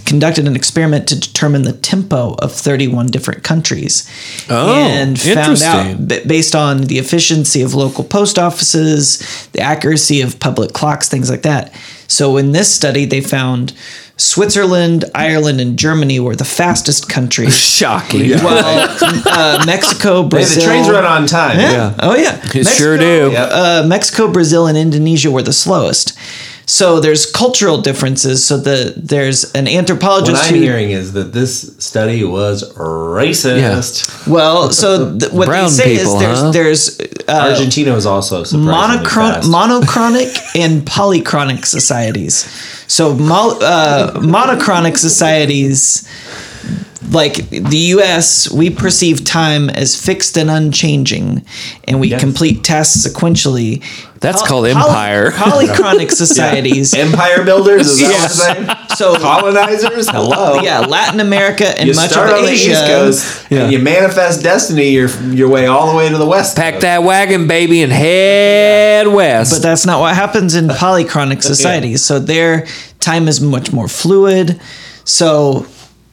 [SPEAKER 3] conducted an experiment to determine the tempo of 31 different countries
[SPEAKER 2] Oh,
[SPEAKER 3] and found
[SPEAKER 2] interesting.
[SPEAKER 3] out b- based on the efficiency of local post offices, the accuracy of public clocks, things like that. So in this study, they found Switzerland, Ireland, and Germany were the fastest countries.
[SPEAKER 2] Shocking.
[SPEAKER 3] While uh, Mexico,
[SPEAKER 1] Hey,
[SPEAKER 3] Brazil,
[SPEAKER 1] the trains run on time.
[SPEAKER 3] yeah. Oh yeah.
[SPEAKER 2] You sure do.
[SPEAKER 1] Yep.
[SPEAKER 3] Uh, Mexico, Brazil, and Indonesia were the slowest. So there's cultural differences. So the there's an
[SPEAKER 1] What
[SPEAKER 3] anthropologist
[SPEAKER 1] I'm
[SPEAKER 3] who-
[SPEAKER 1] hearing is that this study was racist.
[SPEAKER 3] well, so th- what
[SPEAKER 2] Brown
[SPEAKER 3] they say
[SPEAKER 2] people,
[SPEAKER 3] is there's
[SPEAKER 2] huh?
[SPEAKER 3] there's uh,
[SPEAKER 1] Argentina was also surprisingly
[SPEAKER 3] monochron-
[SPEAKER 1] fast.
[SPEAKER 3] monochronic and polychronic societies. So mo- uh, monochronic societies, like the U.S., we perceive time as fixed and unchanging, and we
[SPEAKER 1] Yes.
[SPEAKER 3] complete tasks sequentially.
[SPEAKER 2] That's
[SPEAKER 3] Pol-
[SPEAKER 2] called
[SPEAKER 3] poly-
[SPEAKER 2] empire.
[SPEAKER 3] polychronic societies.
[SPEAKER 1] Empire builders, is that
[SPEAKER 3] Yeah.
[SPEAKER 1] what I'm saying?
[SPEAKER 3] So
[SPEAKER 1] Colonizers, hello.
[SPEAKER 3] yeah, Latin America and
[SPEAKER 1] You
[SPEAKER 3] much
[SPEAKER 1] start
[SPEAKER 3] of
[SPEAKER 1] on the
[SPEAKER 3] Asia.
[SPEAKER 1] East Coast
[SPEAKER 2] Yeah.
[SPEAKER 1] and you manifest destiny your your way all the way to the West.
[SPEAKER 2] Pack
[SPEAKER 1] Coast.
[SPEAKER 2] that wagon, baby, and head west.
[SPEAKER 3] But that's not what happens in polychronic societies. So their time is much more fluid. So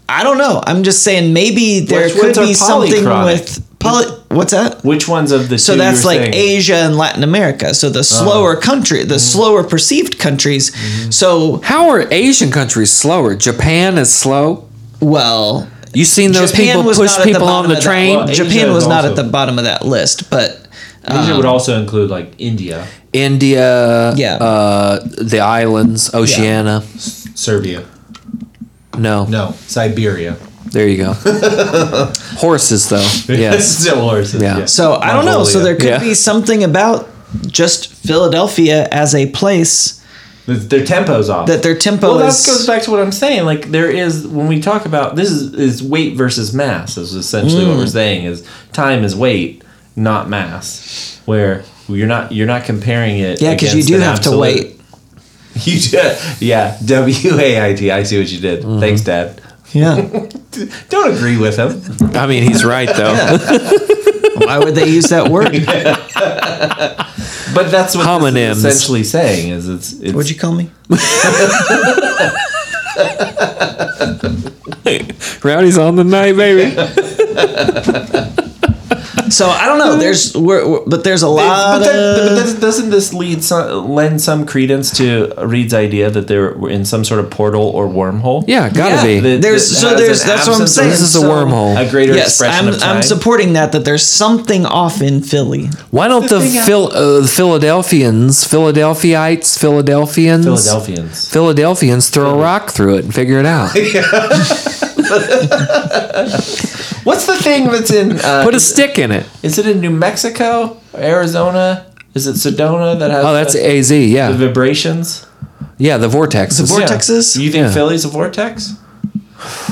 [SPEAKER 3] I don't know. I'm just saying maybe there
[SPEAKER 1] Which
[SPEAKER 3] could
[SPEAKER 1] ones are
[SPEAKER 3] be something
[SPEAKER 1] polychronic?
[SPEAKER 3] with poly. What's that?
[SPEAKER 1] Which ones of the
[SPEAKER 3] So
[SPEAKER 1] two
[SPEAKER 3] that's
[SPEAKER 1] you were saying?
[SPEAKER 3] like
[SPEAKER 1] Oh. Mm-hmm.
[SPEAKER 3] Asia and Latin America. So the slower country, the slower perceived countries. So
[SPEAKER 2] How are Asian countries slower? Japan is slow.
[SPEAKER 3] well,
[SPEAKER 2] You seen those people
[SPEAKER 3] was
[SPEAKER 2] push
[SPEAKER 3] not at
[SPEAKER 2] people on
[SPEAKER 3] bottom
[SPEAKER 2] the
[SPEAKER 3] of that-
[SPEAKER 2] train?
[SPEAKER 1] Well, Asia
[SPEAKER 3] Japan was
[SPEAKER 1] is
[SPEAKER 3] not at
[SPEAKER 1] also-
[SPEAKER 3] the bottom of that list, but um,
[SPEAKER 1] Asia
[SPEAKER 3] Uh.
[SPEAKER 1] would also include like India,
[SPEAKER 2] India,
[SPEAKER 3] Yeah.
[SPEAKER 2] uh, the islands, Oceania.
[SPEAKER 1] Serbia.
[SPEAKER 2] No.
[SPEAKER 1] No, Siberia.
[SPEAKER 2] there you go. Horses, though. Yes,
[SPEAKER 1] Still horses.
[SPEAKER 2] Yeah.
[SPEAKER 3] So I don't know. So
[SPEAKER 1] Mongolia.
[SPEAKER 3] there could
[SPEAKER 2] Yeah.
[SPEAKER 3] be something about just Philadelphia as a place
[SPEAKER 1] Their tempo's off.
[SPEAKER 3] that their tempo
[SPEAKER 1] well, that
[SPEAKER 3] is.
[SPEAKER 1] goes back to what I'm saying. Like there is when we talk about this is, is weight versus mass is essentially
[SPEAKER 3] Mm.
[SPEAKER 1] what we're saying is time is weight, not mass. Where you're not you're not comparing it.
[SPEAKER 3] yeah, because you
[SPEAKER 1] against
[SPEAKER 3] do
[SPEAKER 1] an
[SPEAKER 3] have to
[SPEAKER 1] absolute-
[SPEAKER 3] wait.
[SPEAKER 1] You do, yeah. W A I T. I see what you did.
[SPEAKER 3] Mm-hmm.
[SPEAKER 1] Thanks, Dad.
[SPEAKER 3] Yeah.
[SPEAKER 1] Don't agree with him.
[SPEAKER 2] I mean he's right though.
[SPEAKER 3] Why would they use that word?
[SPEAKER 1] But that's what this
[SPEAKER 2] Homonyms.
[SPEAKER 1] is essentially saying is it's, it's
[SPEAKER 3] What'd you call me?
[SPEAKER 2] Rowdy's on the night, baby.
[SPEAKER 3] So I don't know. There's, we're, we're- but there's a
[SPEAKER 1] but,
[SPEAKER 3] lot
[SPEAKER 1] that, but
[SPEAKER 3] of.
[SPEAKER 1] that- doesn't this lead some, lend some credence to Reed's idea that they're we're in some sort of portal or wormhole?
[SPEAKER 2] Yeah, gotta
[SPEAKER 3] Yeah,
[SPEAKER 2] be.
[SPEAKER 1] That-
[SPEAKER 3] There's-
[SPEAKER 1] that
[SPEAKER 3] so
[SPEAKER 1] has
[SPEAKER 3] there's-
[SPEAKER 1] an
[SPEAKER 3] that's what I'm
[SPEAKER 1] absence of-
[SPEAKER 3] saying.
[SPEAKER 2] this is a
[SPEAKER 3] so-
[SPEAKER 2] wormhole.
[SPEAKER 1] a greater
[SPEAKER 3] Yes,
[SPEAKER 1] expression
[SPEAKER 3] I'm,
[SPEAKER 1] of time.
[SPEAKER 3] I'm supporting that. That there's something off in Philly.
[SPEAKER 2] Why don't the
[SPEAKER 1] the thing I-
[SPEAKER 2] Phil, uh, Philadelphians, Philadelphiaites, Philadelphians,
[SPEAKER 1] Philadelphians.
[SPEAKER 2] Philadelphians throw a rock through it and figure it out?
[SPEAKER 1] What's the thing that's in? Uh,
[SPEAKER 2] Put a stick in it.
[SPEAKER 1] is it in New Mexico, Arizona? Is it Sedona that has?
[SPEAKER 2] Oh, that's
[SPEAKER 1] the,
[SPEAKER 2] AZ.
[SPEAKER 1] the
[SPEAKER 2] Yeah,
[SPEAKER 1] vibrations.
[SPEAKER 2] yeah, the vortex. is-
[SPEAKER 3] Vortexes?
[SPEAKER 1] You think
[SPEAKER 2] Yeah.
[SPEAKER 1] Philly's a vortex?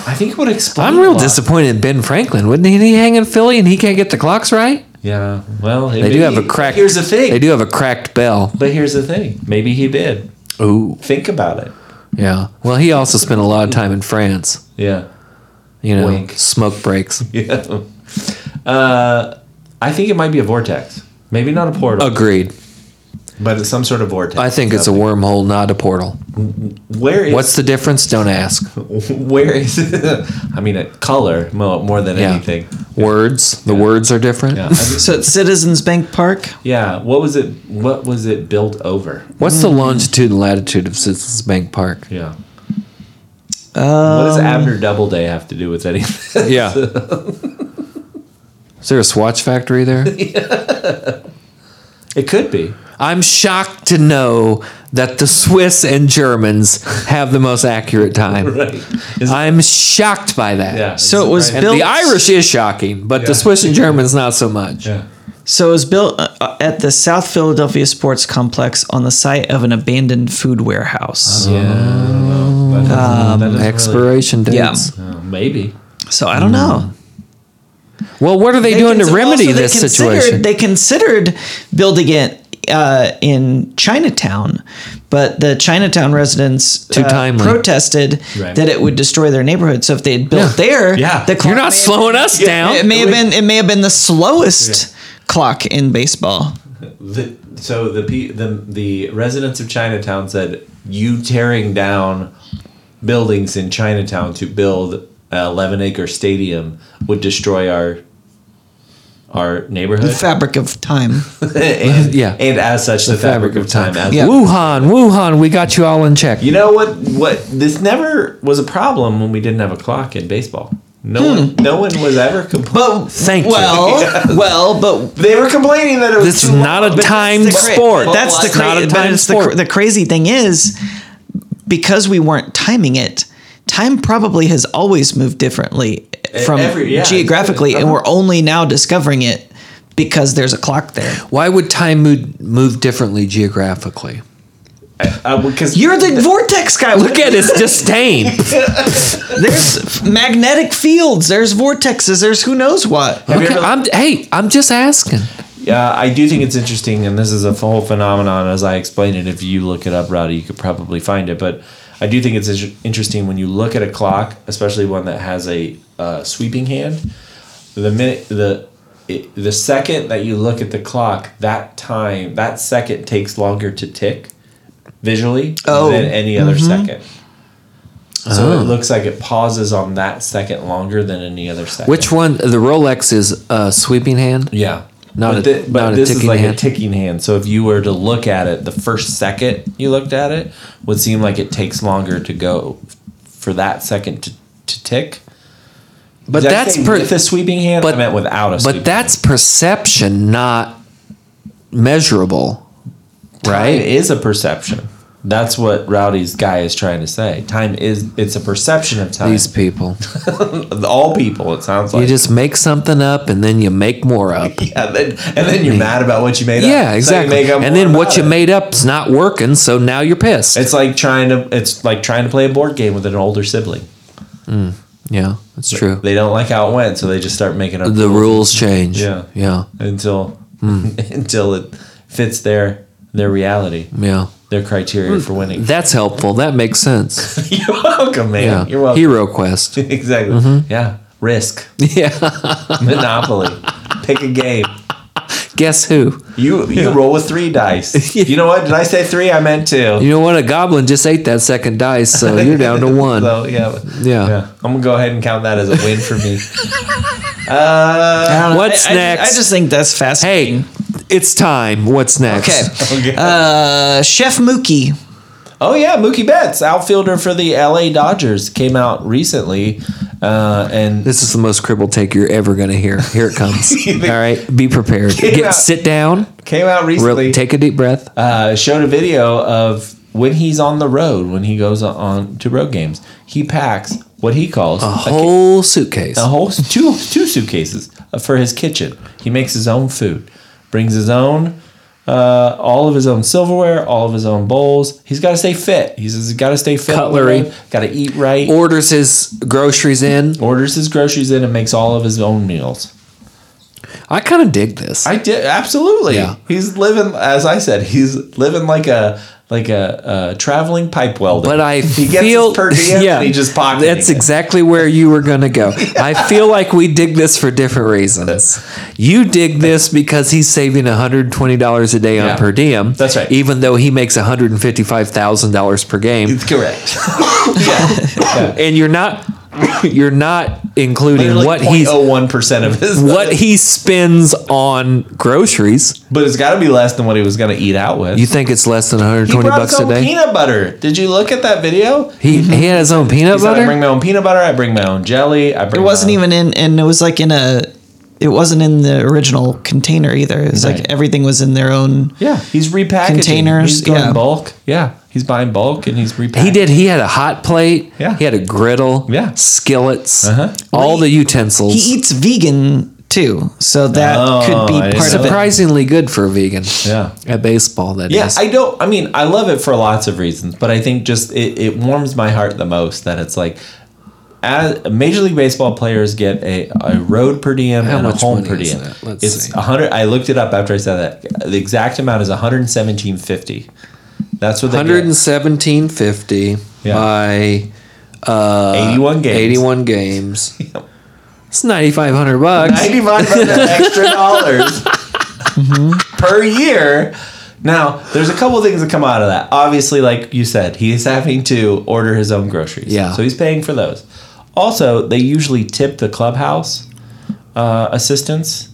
[SPEAKER 1] I think it would explain.
[SPEAKER 2] I'm
[SPEAKER 1] a
[SPEAKER 2] real
[SPEAKER 1] lot.
[SPEAKER 2] disappointed in Ben Franklin. Wouldn't he, he hang in Philly and he can't get the clocks right?
[SPEAKER 1] Yeah. Well,
[SPEAKER 2] They do have a cracked.
[SPEAKER 1] Here's the thing.
[SPEAKER 2] They do have a cracked bell.
[SPEAKER 1] But here's the thing. Maybe he did.
[SPEAKER 2] Ooh,
[SPEAKER 1] Think about it.
[SPEAKER 2] yeah. Well, he also spent a lot of time in France.
[SPEAKER 1] Yeah.
[SPEAKER 2] You know,
[SPEAKER 1] Wink.
[SPEAKER 2] smoke breaks.
[SPEAKER 1] Yeah. Uh, I think it might be a vortex. Maybe not a portal,
[SPEAKER 2] Agreed.
[SPEAKER 1] but it's some sort of vortex.
[SPEAKER 2] I think it's a wormhole, not a portal.
[SPEAKER 1] Where is
[SPEAKER 2] What's the difference? Don't ask.
[SPEAKER 1] where is? I mean, a color mo- more than
[SPEAKER 2] Yeah.
[SPEAKER 1] anything.
[SPEAKER 2] Words. The words are different.
[SPEAKER 1] Yeah. I just-
[SPEAKER 3] So it's Citizens Bank Park.
[SPEAKER 1] yeah. What was it? What was it built over?
[SPEAKER 2] What's the longitude and latitude of Citizens Bank Park?
[SPEAKER 1] Yeah. what does Abner Doubleday have to do with anything?
[SPEAKER 2] Yeah. Is there a swatch factory there?
[SPEAKER 1] it could be.
[SPEAKER 2] I'm shocked to know that the Swiss and Germans have the most accurate time.
[SPEAKER 1] Right. Is-
[SPEAKER 2] I'm shocked by that.
[SPEAKER 1] yeah.
[SPEAKER 3] So it was
[SPEAKER 1] Right.
[SPEAKER 2] And
[SPEAKER 3] built.
[SPEAKER 2] the Irish is shocking, but the
[SPEAKER 1] Yeah.
[SPEAKER 2] Swiss and Germans not so much.
[SPEAKER 1] Yeah.
[SPEAKER 3] So it was built uh, at the South Philadelphia Sports Complex on the site of an abandoned food warehouse.
[SPEAKER 1] Yeah. Oh. That doesn't- that doesn't
[SPEAKER 2] Expiration
[SPEAKER 3] Yeah.
[SPEAKER 2] dates.
[SPEAKER 1] really- Oh, maybe.
[SPEAKER 3] So I don't
[SPEAKER 1] Hmm.
[SPEAKER 3] know.
[SPEAKER 2] Well, what are they, doing
[SPEAKER 3] cons-
[SPEAKER 2] to remedy
[SPEAKER 3] also they
[SPEAKER 2] this
[SPEAKER 3] considered-
[SPEAKER 2] situation?
[SPEAKER 3] They considered building it uh, in Chinatown, but the Chinatown residents
[SPEAKER 2] Too
[SPEAKER 3] uh,
[SPEAKER 2] timely.
[SPEAKER 3] protested
[SPEAKER 1] Right.
[SPEAKER 3] that it would destroy their neighborhood. So if they had built
[SPEAKER 2] Yeah.
[SPEAKER 3] there,
[SPEAKER 1] Yeah.
[SPEAKER 3] the
[SPEAKER 2] You're
[SPEAKER 3] clock
[SPEAKER 2] not
[SPEAKER 3] may-
[SPEAKER 2] slowing us down.
[SPEAKER 3] It may have been. It may have been the slowest clock in baseball.
[SPEAKER 1] The, so the, pe- the the residents of Chinatown said you tearing down buildings in Chinatown to build an 11 acre stadium would destroy our our
[SPEAKER 3] The
[SPEAKER 1] neighborhood
[SPEAKER 3] fabric of time.
[SPEAKER 1] and,
[SPEAKER 2] Yeah.
[SPEAKER 1] and as such the, fabric, of time, as
[SPEAKER 3] Yeah.
[SPEAKER 2] Wuhan, Wuhan, we got you all in check.
[SPEAKER 1] You know what? What this never was a problem when we didn't have a clock in baseball. No one, no one was ever complaining.
[SPEAKER 3] But
[SPEAKER 2] Thank you.
[SPEAKER 3] well, well, but
[SPEAKER 1] They were complaining that it was
[SPEAKER 2] This is
[SPEAKER 1] too
[SPEAKER 2] not a
[SPEAKER 1] long, but
[SPEAKER 2] timed
[SPEAKER 1] that's the cra-
[SPEAKER 2] sport.
[SPEAKER 1] Well,
[SPEAKER 3] that's the
[SPEAKER 2] it's not
[SPEAKER 3] cra-
[SPEAKER 2] a
[SPEAKER 3] but
[SPEAKER 2] time
[SPEAKER 3] it's the, cr-
[SPEAKER 2] sport.
[SPEAKER 3] the crazy thing is because we weren't timing it. Time probably has always moved differently from
[SPEAKER 1] every- yeah,
[SPEAKER 3] geographically,
[SPEAKER 1] exactly.
[SPEAKER 3] and we're only now discovering it because there's a clock there.
[SPEAKER 2] Why would time move, move differently geographically?
[SPEAKER 1] uh, because
[SPEAKER 3] You're the vortex guy.
[SPEAKER 2] Look at his disdain.
[SPEAKER 3] there's magnetic fields. There's vortexes. There's who knows what.
[SPEAKER 1] you
[SPEAKER 2] Okay,
[SPEAKER 1] ever-
[SPEAKER 2] I'm, hey, I'm just asking.
[SPEAKER 1] Yeah, I do think it's interesting, and this is a f- whole phenomenon as I explain it. If you look it up, Rowdy, you could probably find it. But I do think it's in- interesting when you look at a clock, especially one that has a uh, sweeping hand. The minute the it, the second that you look at the clock, that time that second takes longer to tick visually
[SPEAKER 3] Oh.
[SPEAKER 1] than any other second. So it looks like it pauses on that second longer than any other second.
[SPEAKER 2] Which one? The Rolex is a sweeping hand.
[SPEAKER 1] Yeah.
[SPEAKER 2] Not
[SPEAKER 1] but
[SPEAKER 2] a-
[SPEAKER 1] thi- but
[SPEAKER 2] not a
[SPEAKER 1] this is
[SPEAKER 2] ticking
[SPEAKER 1] like a
[SPEAKER 2] hand.
[SPEAKER 1] ticking hand. So if you were to look at it, the first second you looked at it would seem like it takes longer to go for that second to, to tick.
[SPEAKER 2] But
[SPEAKER 1] Did I
[SPEAKER 2] that's
[SPEAKER 1] say
[SPEAKER 2] per-
[SPEAKER 1] with a sweeping hand.
[SPEAKER 2] but-
[SPEAKER 1] I meant without a. sweeping
[SPEAKER 2] but that's perception, not measurable,
[SPEAKER 1] hand. time
[SPEAKER 2] right?
[SPEAKER 1] is a perception. That's what Rowdy's guy is trying to say. Time is it's a perception of time.
[SPEAKER 2] These people,
[SPEAKER 1] All people, it sounds like.
[SPEAKER 2] you just make something up and then you make more up.
[SPEAKER 1] yeah, then, and then you're mad about what you made up. So
[SPEAKER 2] Yeah,
[SPEAKER 1] you
[SPEAKER 2] exactly.
[SPEAKER 1] make up
[SPEAKER 2] and
[SPEAKER 1] more
[SPEAKER 2] then what
[SPEAKER 1] about
[SPEAKER 2] you
[SPEAKER 1] it.
[SPEAKER 2] made up's not working, so now you're pissed.
[SPEAKER 1] It's like trying to it's like trying to play a board game with an older sibling.
[SPEAKER 2] yeah, that's true.
[SPEAKER 1] They don't like how it went, so they just start making up
[SPEAKER 2] the Hmm. rules change.
[SPEAKER 1] Yeah.
[SPEAKER 2] yeah,
[SPEAKER 1] until until it fits their their reality,
[SPEAKER 2] yeah.
[SPEAKER 1] their criteria for winning.
[SPEAKER 2] That's helpful. That makes sense.
[SPEAKER 1] You're welcome, man.
[SPEAKER 2] Hmm. Yeah, Mm-hmm.
[SPEAKER 1] You're welcome.
[SPEAKER 2] hero quest.
[SPEAKER 1] exactly. Yeah. Risk.
[SPEAKER 2] yeah,
[SPEAKER 1] Monopoly. Pick a game.
[SPEAKER 2] guess who?
[SPEAKER 1] You you roll with three dice. You know what? Did I say three? I meant two.
[SPEAKER 2] You know what? A goblin just ate that second dice, so you're down to one.
[SPEAKER 1] So yeah.
[SPEAKER 2] Yeah.
[SPEAKER 1] I'm gonna go ahead and count that as a win for me. Uh,
[SPEAKER 3] I don't know.
[SPEAKER 2] What's
[SPEAKER 3] I- I- I,
[SPEAKER 2] next?
[SPEAKER 3] just think that's fascinating.
[SPEAKER 2] hey, it's time. What's next?
[SPEAKER 3] Okay.
[SPEAKER 1] okay.
[SPEAKER 3] Uh, Chef Mookie.
[SPEAKER 1] Oh yeah, Mookie Betts, outfielder for the LA Dodgers, came out recently, uh, and
[SPEAKER 2] This is the most crippled take you're ever going to hear. Here it comes. All right, be prepared.
[SPEAKER 1] Came
[SPEAKER 2] Get,
[SPEAKER 1] out-
[SPEAKER 2] sit down.
[SPEAKER 1] came out
[SPEAKER 2] Real-
[SPEAKER 1] recently.
[SPEAKER 2] take a deep breath.
[SPEAKER 1] uh, showed a video of when he's on the road, when he goes on to road games, he packs what he calls a,
[SPEAKER 2] A
[SPEAKER 1] ki-
[SPEAKER 2] whole suitcase.
[SPEAKER 1] a whole two two suitcases for his kitchen. He makes his own food, brings his own. Uh, all of his own silverware, all of his own bowls. He's got to stay fit. He says he's got to stay fit.
[SPEAKER 2] Cutlery.
[SPEAKER 1] Got to eat right.
[SPEAKER 2] Orders his groceries in.
[SPEAKER 1] orders his groceries in and makes all of his own meals.
[SPEAKER 2] I kind of dig this.
[SPEAKER 1] I did absolutely.
[SPEAKER 2] Yeah.
[SPEAKER 1] He's living, as I said, he's living like a like a, a traveling pipe welder.
[SPEAKER 2] but I
[SPEAKER 1] he gets
[SPEAKER 2] feel
[SPEAKER 1] his per diem and he just pockets.
[SPEAKER 2] That's
[SPEAKER 1] it.
[SPEAKER 2] exactly where you were going to go. I feel like we dig this for different reasons. You dig this because he's saving $120 a day on
[SPEAKER 1] Yeah.
[SPEAKER 2] per diem.
[SPEAKER 1] That's right.
[SPEAKER 2] Even though he makes $155,000 per game,
[SPEAKER 1] It's correct. yeah. yeah.
[SPEAKER 2] and you're not you're not including what he's
[SPEAKER 1] oh one percent of his
[SPEAKER 2] what he spends on groceries.
[SPEAKER 1] but it's got to be less than what he was going to eat out with.
[SPEAKER 2] You think it's less than 120
[SPEAKER 1] brought
[SPEAKER 2] bucks
[SPEAKER 1] his
[SPEAKER 2] a
[SPEAKER 1] own
[SPEAKER 2] day?
[SPEAKER 1] peanut butter. Did you look at that video?
[SPEAKER 2] He he had his own peanut
[SPEAKER 1] He said, I bring
[SPEAKER 2] butter.
[SPEAKER 1] my own peanut butter. I bring my own jelly. I bring.
[SPEAKER 3] It wasn't
[SPEAKER 1] my own-
[SPEAKER 3] even in, and it was like in a. It wasn't in the original container either. It was
[SPEAKER 1] Right.
[SPEAKER 3] like everything was in their own.
[SPEAKER 1] Yeah, he's repackaging
[SPEAKER 3] Containers,
[SPEAKER 1] He's going
[SPEAKER 3] yeah.
[SPEAKER 1] bulk. Yeah, he's buying bulk and he's repackaging.
[SPEAKER 2] He did. He had a hot plate.
[SPEAKER 1] Yeah.
[SPEAKER 2] He had a griddle.
[SPEAKER 1] Yeah.
[SPEAKER 2] Skillets.
[SPEAKER 1] Uh-huh.
[SPEAKER 2] All the
[SPEAKER 3] He
[SPEAKER 2] utensils.
[SPEAKER 3] eats vegan too, so that
[SPEAKER 1] Oh,
[SPEAKER 3] could
[SPEAKER 1] I
[SPEAKER 3] be
[SPEAKER 1] didn't
[SPEAKER 3] part
[SPEAKER 1] know
[SPEAKER 3] of it.
[SPEAKER 2] Surprisingly good for a vegan.
[SPEAKER 1] Yeah.
[SPEAKER 2] At baseball, that is.
[SPEAKER 1] Yeah, I don't. I mean, I love it for lots of reasons, but I think just it, it warms my heart the most that it's like, as Major League Baseball players get a, a road per diem and
[SPEAKER 2] much
[SPEAKER 1] a home
[SPEAKER 2] money
[SPEAKER 1] per
[SPEAKER 2] is
[SPEAKER 1] diem.
[SPEAKER 2] that? Let's
[SPEAKER 1] It's
[SPEAKER 2] see.
[SPEAKER 1] a hundred. I looked it up after I said that. The exact amount is one hundred seventeen fifty. That's what they
[SPEAKER 2] Hundred and
[SPEAKER 1] get.
[SPEAKER 2] seventeen fifty
[SPEAKER 1] Yeah.
[SPEAKER 2] by uh,
[SPEAKER 1] 81 games.
[SPEAKER 2] Eighty-one games. It's ninety-five hundred bucks.
[SPEAKER 1] ninety-five hundred extra dollars
[SPEAKER 2] Mm-hmm.
[SPEAKER 1] per year. Now, there's a couple things that come out of that. Obviously, like you said, he's having to order his own groceries.
[SPEAKER 2] Yeah.
[SPEAKER 1] So he's paying for those. Also, they usually tip the clubhouse uh, assistants.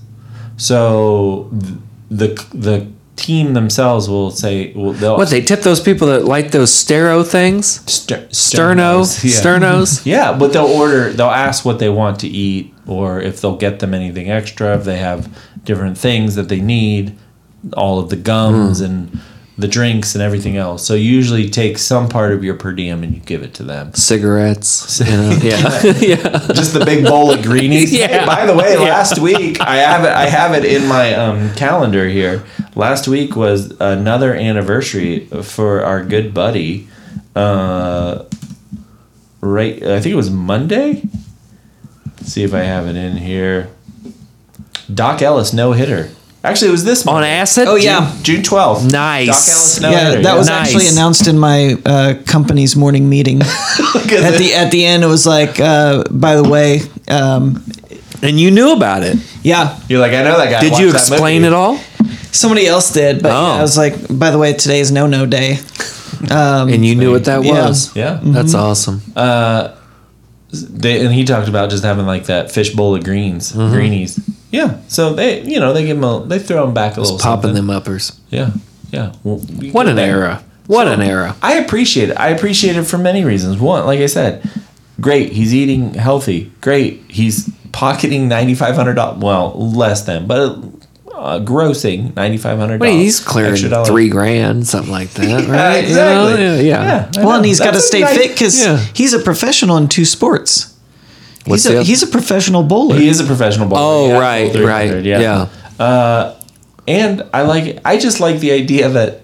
[SPEAKER 1] So th- the the team themselves will say, well, they'll
[SPEAKER 2] What they tip those people that light those stereo things?
[SPEAKER 1] Ster-
[SPEAKER 2] Sterno,
[SPEAKER 1] Yeah.
[SPEAKER 2] sternos.
[SPEAKER 1] Yeah, but they'll order. They'll ask what they want to eat, or if they'll get them anything extra. If they have different things that they need, all of the gums and the drinks and everything else. So you usually take some part of your per diem and you give it to them.
[SPEAKER 2] cigarettes. you know, yeah,
[SPEAKER 1] Just the big bowl of greenies.
[SPEAKER 2] Yeah.
[SPEAKER 1] By the way, last week I have it. I have it in my um, calendar here. Last week was another anniversary for our good buddy. Uh, right, I think it was Monday. Let's see if I have it in here. Doc Ellis no hitter. Actually, it was this
[SPEAKER 2] on
[SPEAKER 1] Monday.
[SPEAKER 2] acid.
[SPEAKER 3] Oh, yeah.
[SPEAKER 1] June twelfth.
[SPEAKER 2] Nice.
[SPEAKER 1] Doc Ellis no
[SPEAKER 3] yeah,
[SPEAKER 1] hitter.
[SPEAKER 3] that was
[SPEAKER 2] Nice.
[SPEAKER 3] actually announced in my uh, company's morning meeting. at the at the end, it was like, uh, by the way, um,
[SPEAKER 2] and you knew about it.
[SPEAKER 3] yeah,
[SPEAKER 1] You're like I know that guy.
[SPEAKER 2] Did you explain
[SPEAKER 1] all?
[SPEAKER 2] it all?
[SPEAKER 3] somebody else did, but
[SPEAKER 2] Oh.
[SPEAKER 3] I was like, by the way, today is no no day.
[SPEAKER 2] and you knew what that
[SPEAKER 3] yeah.
[SPEAKER 2] was.
[SPEAKER 1] Um, Yeah. Mm-hmm.
[SPEAKER 2] That's awesome.
[SPEAKER 1] they and he talked about just having like that fish bowl of greens,
[SPEAKER 2] Mm-hmm.
[SPEAKER 1] greenies. Yeah, so they you know they give them a, they throw them back a little
[SPEAKER 2] Popping
[SPEAKER 1] something.
[SPEAKER 2] them uppers.
[SPEAKER 1] Yeah, yeah. Well, you
[SPEAKER 2] What
[SPEAKER 1] go
[SPEAKER 2] an
[SPEAKER 1] there.
[SPEAKER 2] era. What an era.
[SPEAKER 1] I appreciate it. I appreciate it for many reasons. One, like I said, great. He's eating healthy. Great. He's pocketing ninety five hundred dollars. Well, less than, but uh, grossing ninety five hundred.
[SPEAKER 2] Wait, he's clearing three grand, something like that,
[SPEAKER 1] Yeah,
[SPEAKER 2] right? You know?
[SPEAKER 1] exactly.
[SPEAKER 2] Yeah. yeah.
[SPEAKER 1] I
[SPEAKER 3] Well,
[SPEAKER 1] know.
[SPEAKER 3] and he's got to
[SPEAKER 1] That's a
[SPEAKER 3] stay
[SPEAKER 1] nice-
[SPEAKER 3] fit because
[SPEAKER 2] yeah.
[SPEAKER 3] he's a professional in two sports.
[SPEAKER 2] What's
[SPEAKER 3] he's
[SPEAKER 2] the
[SPEAKER 3] a,
[SPEAKER 2] other-
[SPEAKER 3] he's a professional bowler.
[SPEAKER 1] He is a professional bowler.
[SPEAKER 2] Oh,
[SPEAKER 1] Yeah,
[SPEAKER 2] right,
[SPEAKER 1] 300,
[SPEAKER 2] right. Yeah.
[SPEAKER 1] And I like I just like the idea that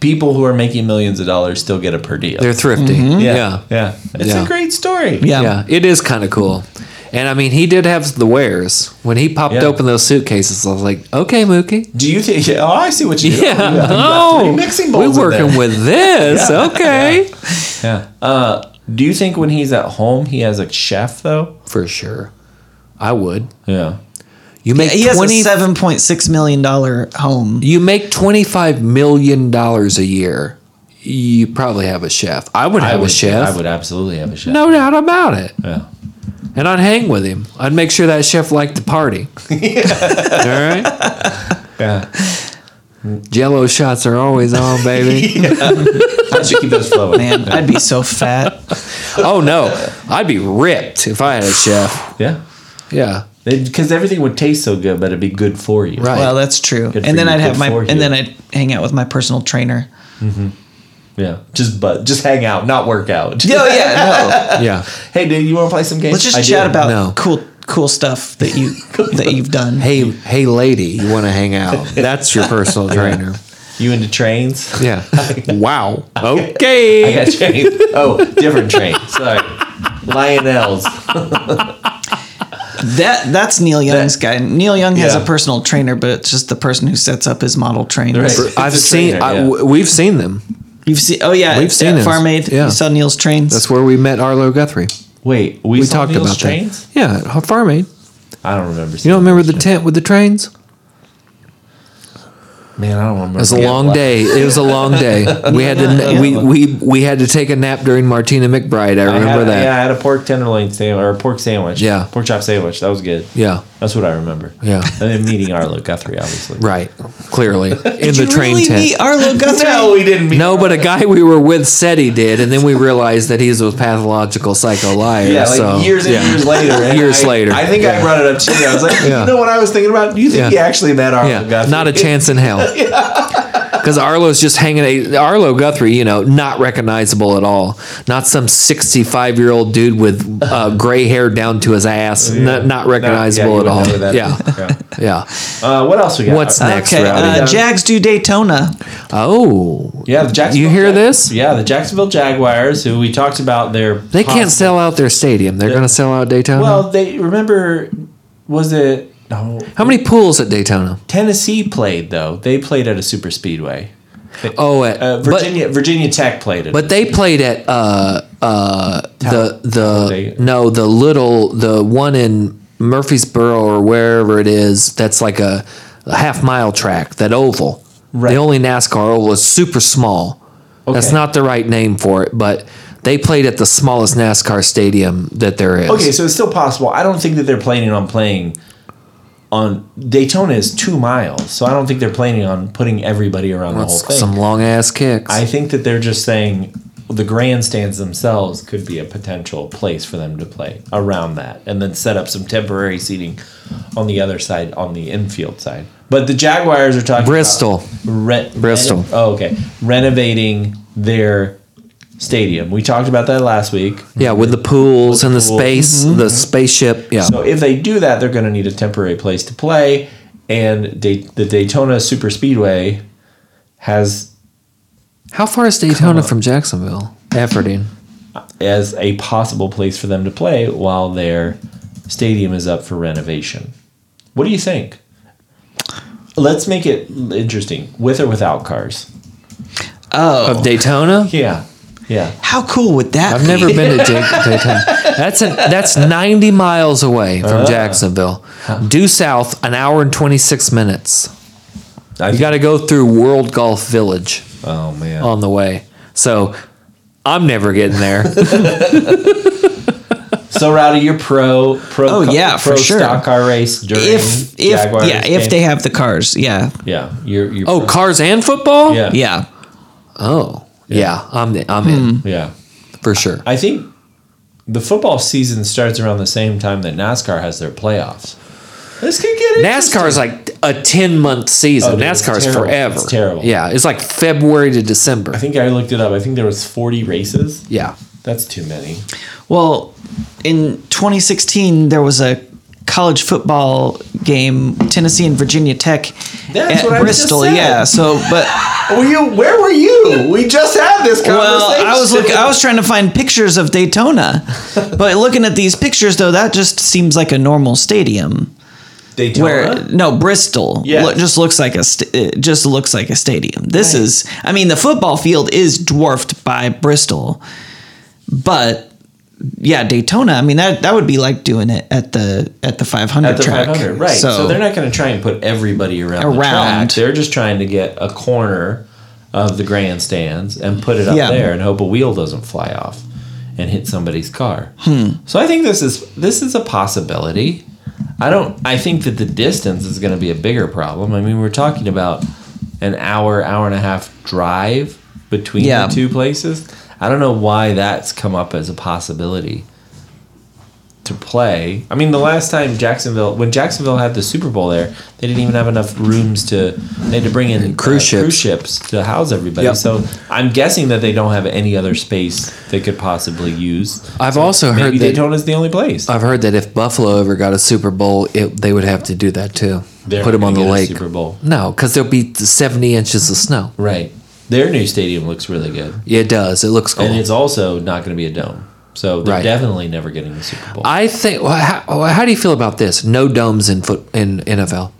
[SPEAKER 1] people who are making millions of dollars still get a per diem.
[SPEAKER 2] They're thrifty. Yeah.
[SPEAKER 1] Mm-hmm. yeah.
[SPEAKER 2] Yeah.
[SPEAKER 1] Yeah. It's
[SPEAKER 2] Yeah.
[SPEAKER 1] a great story.
[SPEAKER 3] yeah.
[SPEAKER 2] It is kind of cool. And I mean, he did have the wares. When he popped
[SPEAKER 1] Yeah.
[SPEAKER 2] open those suitcases, I was like, okay, Mookie.
[SPEAKER 1] Do you think yeah, oh I see what you do.
[SPEAKER 2] Yeah.
[SPEAKER 1] You got
[SPEAKER 2] Oh,
[SPEAKER 1] three mixing
[SPEAKER 2] we're
[SPEAKER 1] bowls in
[SPEAKER 2] working
[SPEAKER 1] there.
[SPEAKER 2] with this. Okay.
[SPEAKER 1] Yeah. Uh do you think when he's at home he has a chef though?
[SPEAKER 2] For sure. I would.
[SPEAKER 1] Yeah.
[SPEAKER 2] You make
[SPEAKER 3] He has
[SPEAKER 2] twenty.
[SPEAKER 3] a seven point six million dollar home.
[SPEAKER 2] you make twenty five million dollars a year. You probably have a chef. I would have
[SPEAKER 1] I
[SPEAKER 2] a
[SPEAKER 1] would
[SPEAKER 2] chef.
[SPEAKER 1] I would absolutely have a chef.
[SPEAKER 2] No doubt about it.
[SPEAKER 1] Yeah.
[SPEAKER 2] And I'd hang with him. I'd make sure that chef liked the party. All right.
[SPEAKER 1] Yeah.
[SPEAKER 2] Jello shots are always on, baby.
[SPEAKER 1] I should keep those flowing.
[SPEAKER 3] Man, I'd be so fat.
[SPEAKER 2] Oh no, I'd be ripped if I had a chef.
[SPEAKER 1] Yeah.
[SPEAKER 2] Yeah.
[SPEAKER 1] Because everything would taste so good, but it'd be good for you.
[SPEAKER 2] Right.
[SPEAKER 3] Well, that's true.
[SPEAKER 1] Good for
[SPEAKER 3] and then
[SPEAKER 1] you,
[SPEAKER 3] I'd
[SPEAKER 1] good
[SPEAKER 3] have my
[SPEAKER 1] for you.
[SPEAKER 3] and then I'd hang out with my personal trainer.
[SPEAKER 1] Yeah. Just but just hang out, not work out.
[SPEAKER 3] Oh yeah, no.
[SPEAKER 2] Yeah.
[SPEAKER 1] Hey dude, you wanna play some games?
[SPEAKER 3] Let's just
[SPEAKER 1] I
[SPEAKER 3] chat
[SPEAKER 1] do.
[SPEAKER 3] about
[SPEAKER 2] No.
[SPEAKER 3] cool cool stuff that you that you've done.
[SPEAKER 2] Hey, hey, lady, you want to hang out? That's your personal trainer.
[SPEAKER 1] you into trains?
[SPEAKER 2] Yeah. Wow.
[SPEAKER 1] I
[SPEAKER 2] Okay.
[SPEAKER 1] got trains. Oh, different train. Sorry. Lionel's.
[SPEAKER 3] That that's Neil Young's guy. Neil Young has
[SPEAKER 1] Yeah.
[SPEAKER 3] a personal trainer, but it's just the person who sets up his model trains.
[SPEAKER 1] Right.
[SPEAKER 2] I've
[SPEAKER 1] It's a
[SPEAKER 2] seen.
[SPEAKER 1] trainer,
[SPEAKER 2] I,
[SPEAKER 1] yeah.
[SPEAKER 2] w- we've seen them.
[SPEAKER 3] You've seen oh yeah,
[SPEAKER 2] We've
[SPEAKER 3] at
[SPEAKER 2] seen his.
[SPEAKER 3] Farm Aid.
[SPEAKER 2] Yeah.
[SPEAKER 3] You saw Neil's trains.
[SPEAKER 2] That's where we met Arlo Guthrie.
[SPEAKER 1] Wait, we,
[SPEAKER 2] We
[SPEAKER 1] saw
[SPEAKER 2] talked
[SPEAKER 1] Neil's
[SPEAKER 2] about
[SPEAKER 1] trains?
[SPEAKER 2] that. Yeah, at Farm Aid.
[SPEAKER 1] I don't remember.
[SPEAKER 2] You don't remember the tent with the trains? It
[SPEAKER 1] Man, I don't remember.
[SPEAKER 2] was a long day. It was a long day. We had to we, we we had to take a nap during Martina McBride. I
[SPEAKER 1] I had- Yeah,
[SPEAKER 2] remember
[SPEAKER 1] I
[SPEAKER 2] that.
[SPEAKER 1] had a pork tenderloin sandwich or a pork sandwich.
[SPEAKER 2] Yeah.
[SPEAKER 1] Pork chop sandwich. That was good.
[SPEAKER 2] Yeah.
[SPEAKER 1] That's what I remember.
[SPEAKER 2] Yeah.
[SPEAKER 1] And then meeting Arlo Guthrie, obviously.
[SPEAKER 2] Right. Clearly in the
[SPEAKER 3] Did you
[SPEAKER 2] train
[SPEAKER 3] really
[SPEAKER 2] tent.
[SPEAKER 3] meet Arlo Guthrie?
[SPEAKER 1] No, we didn't meet.
[SPEAKER 2] no, but a guy we were with said he did, and then we realized that he's a pathological psycho liar.
[SPEAKER 1] Yeah, like
[SPEAKER 2] so,
[SPEAKER 1] years and
[SPEAKER 2] yeah.
[SPEAKER 1] years later. and
[SPEAKER 2] Years
[SPEAKER 1] I,
[SPEAKER 2] later.
[SPEAKER 1] I think I
[SPEAKER 2] Yeah.
[SPEAKER 1] brought it up to you. I was like,
[SPEAKER 2] Yeah.
[SPEAKER 1] you know what I was thinking about? Do you think
[SPEAKER 2] Yeah.
[SPEAKER 1] he actually met Arlo
[SPEAKER 2] Yeah,
[SPEAKER 1] Guthrie?
[SPEAKER 2] not a chance in hell. Because Arlo's just hanging. Arlo Guthrie, you know, not recognizable at all. Not some sixty-five-year-old dude with uh, gray hair down to his ass. N- Not, recognizable
[SPEAKER 1] you would know
[SPEAKER 2] at all.
[SPEAKER 1] that.
[SPEAKER 2] Yeah, yeah.
[SPEAKER 1] Uh, what else we got?
[SPEAKER 2] What's next,
[SPEAKER 3] Okay,
[SPEAKER 2] Rowdy?
[SPEAKER 3] uh, Jags do Daytona.
[SPEAKER 2] oh,
[SPEAKER 1] Yeah, the Jacksonville.
[SPEAKER 2] You hear
[SPEAKER 1] Jag-
[SPEAKER 2] this?
[SPEAKER 1] Yeah, the Jacksonville Jaguars, who we talked about their.
[SPEAKER 2] they can't sell out their stadium. They're going to sell out Daytona.
[SPEAKER 1] Well, they remember. Was it? No,
[SPEAKER 2] How many pools at
[SPEAKER 1] uh,
[SPEAKER 2] Daytona?
[SPEAKER 1] Tennessee played though. They played at a super speedway.
[SPEAKER 2] Oh, at
[SPEAKER 1] Uh, Virginia, Virginia Tech played it.
[SPEAKER 2] But, but they played at uh uh the the
[SPEAKER 1] They-
[SPEAKER 2] no the little the one in Murfreesboro or wherever it is that's like a a half mile track, that oval.
[SPEAKER 1] Right.
[SPEAKER 2] The only NASCAR oval is super small. That's
[SPEAKER 1] Okay.
[SPEAKER 2] not the right name for it, but they played at the smallest NASCAR stadium that there is.
[SPEAKER 1] Okay, so it's still possible. I don't think that they're planning on playing on Daytona is two miles, so I don't think they're planning on putting everybody around the whole
[SPEAKER 2] That's
[SPEAKER 1] thing.
[SPEAKER 2] some long ass kicks.
[SPEAKER 1] I think that they're just saying the grandstands themselves could be a potential place for them to play around that, and then set up some temporary seating on the other side, on the infield side. But the Jaguars are talking about
[SPEAKER 2] Bristol.
[SPEAKER 1] re-
[SPEAKER 2] Bristol.
[SPEAKER 1] oh, okay, renovating their stadium. We talked about that last week.
[SPEAKER 2] yeah, with the pools and the
[SPEAKER 1] pool.
[SPEAKER 2] space, the spaceship. Yeah.
[SPEAKER 1] Mm-hmm. So if they do that, they're going to need a temporary place to play. And Day- the Daytona Super Speedway has
[SPEAKER 2] How far is Daytona from Jacksonville? Efforting.
[SPEAKER 1] as a possible place for them to play while their stadium is up for renovation. What do you think? Let's make it interesting, with or without cars.
[SPEAKER 3] Oh,
[SPEAKER 2] Of Daytona?
[SPEAKER 1] Yeah, yeah.
[SPEAKER 3] how cool would that
[SPEAKER 2] I've
[SPEAKER 3] be?
[SPEAKER 2] never been to Jake- Daytona. That's an, that's 90 miles away
[SPEAKER 1] Uh-huh.
[SPEAKER 2] from Jacksonville. Due south, an hour and 26 minutes.
[SPEAKER 1] I
[SPEAKER 2] You got to go through World Golf Village
[SPEAKER 1] Oh man.
[SPEAKER 2] on the way. So I'm never getting there.
[SPEAKER 1] So Rowdy, you're pro pro.
[SPEAKER 3] Oh,
[SPEAKER 1] co-
[SPEAKER 3] yeah,
[SPEAKER 1] pro
[SPEAKER 3] for sure.
[SPEAKER 1] Stock car race during
[SPEAKER 3] if if
[SPEAKER 1] Jaguars
[SPEAKER 3] yeah, if
[SPEAKER 1] game?
[SPEAKER 3] they have the cars, yeah,
[SPEAKER 1] yeah you're, you're
[SPEAKER 2] Oh,
[SPEAKER 1] pro-
[SPEAKER 2] cars and football?
[SPEAKER 1] yeah yeah
[SPEAKER 3] yeah.
[SPEAKER 2] Oh, yeah. I'm I'm in
[SPEAKER 1] yeah.
[SPEAKER 2] for sure.
[SPEAKER 1] Hmm. I think the football season starts around the same time that NASCAR has their playoffs. This could get interesting.
[SPEAKER 2] NASCAR's like a 10 month season.
[SPEAKER 1] Oh, dude, it's
[SPEAKER 2] NASCAR's
[SPEAKER 1] terrible.
[SPEAKER 2] forever.
[SPEAKER 1] It's terrible.
[SPEAKER 2] Yeah, it's like February to December.
[SPEAKER 1] I think I looked it up. I think there was 40 races.
[SPEAKER 2] yeah.
[SPEAKER 1] That's too many.
[SPEAKER 3] Well, in 2016, there was a college football game, Tennessee and Virginia Tech
[SPEAKER 1] That's
[SPEAKER 3] at
[SPEAKER 1] what I just
[SPEAKER 3] Bristol.
[SPEAKER 1] said.
[SPEAKER 3] Yeah, so but
[SPEAKER 1] Were you? Where were you? We just had this conversation.
[SPEAKER 3] well, I was looking. I was trying to find pictures of Daytona, but looking at these pictures though, that just seems like a normal stadium.
[SPEAKER 1] Daytona.
[SPEAKER 3] Where no Bristol
[SPEAKER 1] Yes.
[SPEAKER 3] lo- just looks like a st- it just looks like a stadium. This
[SPEAKER 1] Right.
[SPEAKER 3] is I mean the football field is dwarfed by Bristol, but yeah Daytona. I mean that that would be like doing it at the at the 500
[SPEAKER 1] at the
[SPEAKER 3] track.
[SPEAKER 1] 500, right? So, they're not going to try and put everybody around. The
[SPEAKER 3] Around.
[SPEAKER 1] track. They're just trying to get a corner of the grandstands and put it up
[SPEAKER 3] Yeah.
[SPEAKER 1] there and hope a wheel doesn't fly off and hit somebody's car. So I think this is this is a possibility. I don't. I think that the distance is going to be a bigger problem. I mean, we're talking about an hour, hour and a half drive between
[SPEAKER 3] Yeah.
[SPEAKER 1] the two places. I don't know why that's come up as a possibility to play. I mean, the last time Jacksonville, when Jacksonville had the Super Bowl there, they didn't even have enough rooms to. They had to bring in uh,
[SPEAKER 2] Cruise ships.
[SPEAKER 1] cruise ships to house everybody.
[SPEAKER 2] Yep.
[SPEAKER 1] So I'm guessing that they don't have any other space they could possibly use.
[SPEAKER 2] I've also heard
[SPEAKER 1] Maybe
[SPEAKER 2] that
[SPEAKER 1] Daytona's the only place.
[SPEAKER 2] I've heard that if Buffalo ever got a Super Bowl, it, they would have to do that too.
[SPEAKER 1] They're
[SPEAKER 2] Put them on
[SPEAKER 1] gonna get
[SPEAKER 2] the
[SPEAKER 1] a
[SPEAKER 2] lake.
[SPEAKER 1] Super Bowl.
[SPEAKER 2] No, because there'll be 70 inches of snow.
[SPEAKER 1] Right. Their new stadium looks really good,
[SPEAKER 2] Yeah, it does. It looks cool.
[SPEAKER 1] and it's also not going to be a dome. So they're
[SPEAKER 2] Oh. Right.
[SPEAKER 1] definitely never getting the Super Bowl.
[SPEAKER 2] I think. Well, how, well, how do you feel about this? No domes in foot in NFL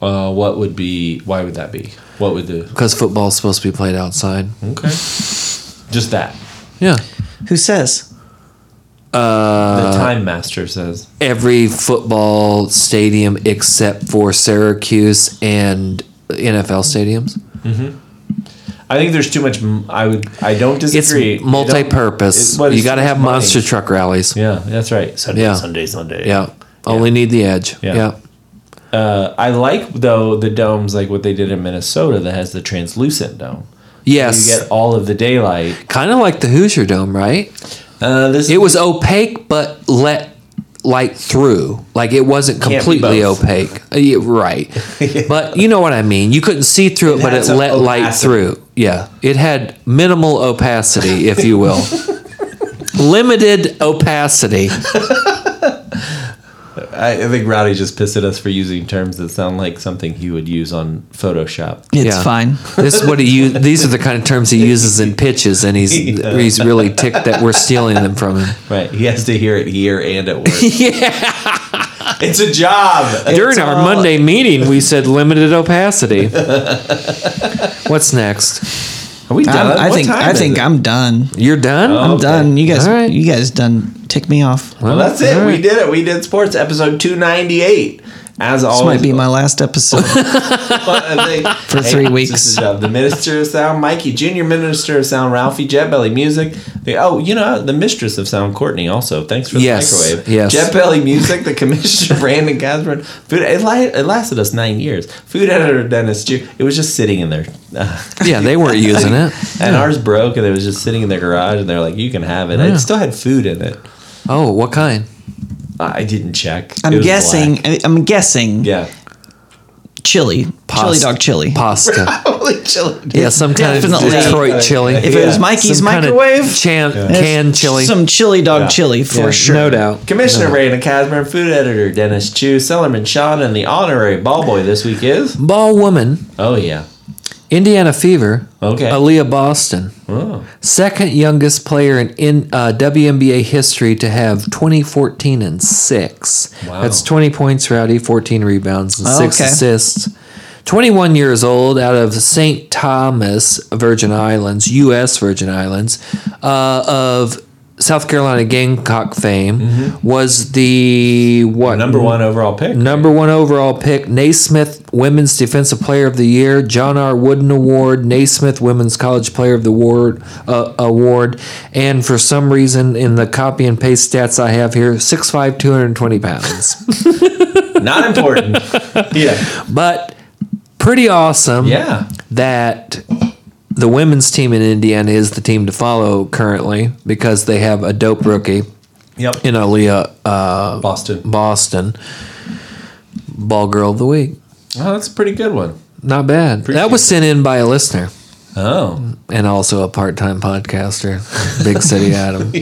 [SPEAKER 1] uh, what would be? Why would that be? What would the?
[SPEAKER 2] because football's supposed to be played outside.
[SPEAKER 1] Okay. Just that.
[SPEAKER 2] Yeah,
[SPEAKER 3] Who says?
[SPEAKER 2] Uh,
[SPEAKER 1] the time master says.
[SPEAKER 2] every football stadium except for Syracuse and NFL stadiums.
[SPEAKER 1] I think there's too much. m- I would. I don't
[SPEAKER 2] It's
[SPEAKER 1] disagree. You don't-
[SPEAKER 2] multi-purpose.
[SPEAKER 1] it- but
[SPEAKER 2] you
[SPEAKER 1] it's
[SPEAKER 2] got to
[SPEAKER 1] too
[SPEAKER 2] have
[SPEAKER 1] much money.
[SPEAKER 2] monster truck rallies. Yeah.
[SPEAKER 1] Yeah, that's right. Sunday,
[SPEAKER 2] Yeah.
[SPEAKER 1] Sunday, Sunday.
[SPEAKER 2] Only need the edge.
[SPEAKER 1] Yeah.
[SPEAKER 2] yeah.
[SPEAKER 1] Uh, I like though the domes like what they did in Minnesota that has the translucent dome.
[SPEAKER 2] Yes.
[SPEAKER 1] You get all of the daylight.
[SPEAKER 2] kind of like the Hoosier Dome, right?
[SPEAKER 1] Uh, this
[SPEAKER 2] It was opaque but let light through. Like it wasn't
[SPEAKER 1] be
[SPEAKER 2] completely
[SPEAKER 1] both.
[SPEAKER 2] opaque. Uh, yeah, right. But you know what I mean. You couldn't see through it, but
[SPEAKER 1] had
[SPEAKER 2] it
[SPEAKER 1] some
[SPEAKER 2] let light
[SPEAKER 1] opacity.
[SPEAKER 2] through. Yeah. It had minimal opacity, if you will. Limited opacity.
[SPEAKER 1] I I think Rowdy just pissed at us for using terms that sound like something he would use on Photoshop.
[SPEAKER 3] It's
[SPEAKER 2] Yeah.
[SPEAKER 3] fine.
[SPEAKER 2] This is what he u- these are the kind of terms he uses in pitches and he's he's really ticked that we're stealing them from him.
[SPEAKER 1] Right. He has to hear it here and at work. yeah. It's a job.
[SPEAKER 2] During our
[SPEAKER 3] all-
[SPEAKER 2] Monday meeting, we said limited opacity. What's next?
[SPEAKER 1] Are we done?
[SPEAKER 3] I'm- I
[SPEAKER 1] What
[SPEAKER 3] think
[SPEAKER 1] time
[SPEAKER 3] I
[SPEAKER 1] is
[SPEAKER 3] think
[SPEAKER 1] it?
[SPEAKER 3] I'm done.
[SPEAKER 2] You're done?
[SPEAKER 3] I'm
[SPEAKER 1] Okay.
[SPEAKER 3] done. You guys,
[SPEAKER 2] All right.
[SPEAKER 3] you guys done. Tick me off.
[SPEAKER 1] Well, that's it.
[SPEAKER 2] all
[SPEAKER 1] We
[SPEAKER 2] right.
[SPEAKER 1] did it. We did sports episode 298. As
[SPEAKER 3] This
[SPEAKER 1] always,
[SPEAKER 3] might be my last episode.
[SPEAKER 1] for
[SPEAKER 3] three weeks.
[SPEAKER 1] uh, This is uh, the Minister of Sound, Mikey Junior, Minister of Sound, Ralphie, Jetbelly Music. The, oh, you know the Mistress of Sound, Courtney. Also, thanks for the
[SPEAKER 2] Yes,
[SPEAKER 1] microwave.
[SPEAKER 2] yes.
[SPEAKER 1] Jetbelly Music, the Commissioner, Brandon Casper. Food. It, li- it lasted us nine years. Food editor Dennis Jew. It was just sitting in there. Uh,
[SPEAKER 2] Yeah, they weren't using it.
[SPEAKER 1] and ours broke, and it was just sitting in their garage, and they're like, "You can have it." It still had food in it.
[SPEAKER 2] Oh, what kind?
[SPEAKER 1] I didn't check. It
[SPEAKER 3] I'm
[SPEAKER 1] was
[SPEAKER 3] guessing.
[SPEAKER 1] black.
[SPEAKER 3] I- I'm guessing
[SPEAKER 1] Yeah.
[SPEAKER 3] chili, chili
[SPEAKER 2] Pasta-
[SPEAKER 3] dog chili.
[SPEAKER 2] Pasta.
[SPEAKER 1] Holy chili.
[SPEAKER 2] yeah, some kind of
[SPEAKER 3] Definitely.
[SPEAKER 2] Detroit chili.
[SPEAKER 3] If it was
[SPEAKER 1] Yeah.
[SPEAKER 3] Mikey's
[SPEAKER 2] Some kind of
[SPEAKER 3] microwave,
[SPEAKER 2] chan-
[SPEAKER 3] there's
[SPEAKER 2] canned chili.
[SPEAKER 3] some chili dog
[SPEAKER 1] Yeah.
[SPEAKER 3] chili for
[SPEAKER 2] Yeah,
[SPEAKER 3] sure.
[SPEAKER 2] No doubt.
[SPEAKER 1] Commissioner Brandon Casmer, food editor Dennis Chu, Sellerman Sean, and the honorary ball boy this week is.
[SPEAKER 2] Ball Woman,
[SPEAKER 1] Oh yeah.
[SPEAKER 2] Indiana Fever,
[SPEAKER 1] Okay.
[SPEAKER 2] Aaliyah Boston.
[SPEAKER 1] Oh.
[SPEAKER 2] Second youngest player in, in uh, WNBA history to have 20, 14, and 6.
[SPEAKER 1] Wow.
[SPEAKER 2] That's 20 points, Rowdy, 14 rebounds, and
[SPEAKER 3] Oh,
[SPEAKER 2] 6
[SPEAKER 3] okay.
[SPEAKER 2] assists. 21 years old out of St. Thomas, Virgin Islands, U.S. Virgin Islands, uh, of South Carolina Gamecock fame, was the what?
[SPEAKER 1] Mm-hmm. Number one overall pick.
[SPEAKER 2] Number one overall pick, Naismith Women's Defensive Player of the Year, John R. Wooden Award, Naismith Women's College Player of the Award, uh, award, and for some reason in the copy and paste stats I have here, 6'5", 220 pounds.
[SPEAKER 1] Not important. yeah.
[SPEAKER 2] but pretty awesome
[SPEAKER 1] Yeah.
[SPEAKER 2] that the women's team in Indiana is the team to follow currently because they have a dope rookie
[SPEAKER 1] Yep.
[SPEAKER 2] in Aaliyah uh,
[SPEAKER 1] Boston.
[SPEAKER 2] Boston, Ball Girl of the Week.
[SPEAKER 1] Oh, that's a pretty good one.
[SPEAKER 2] Not bad. that was sent in by a listener
[SPEAKER 1] Oh.
[SPEAKER 2] and also a part-time podcaster, Big City Adam.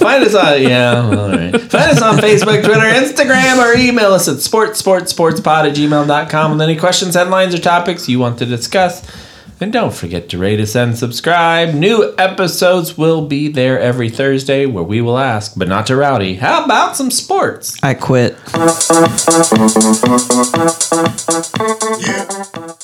[SPEAKER 1] Find us on yeah, all right. Find us on Facebook, Twitter, Instagram, or email us at sportsportsportspod at gmail.com with any questions, headlines, or topics you want to discuss. And don't forget to rate us and subscribe. New episodes will be there every Thursday where we will ask, but not to Rowdy, how about some sports?
[SPEAKER 3] I quit.
[SPEAKER 4] Yeah.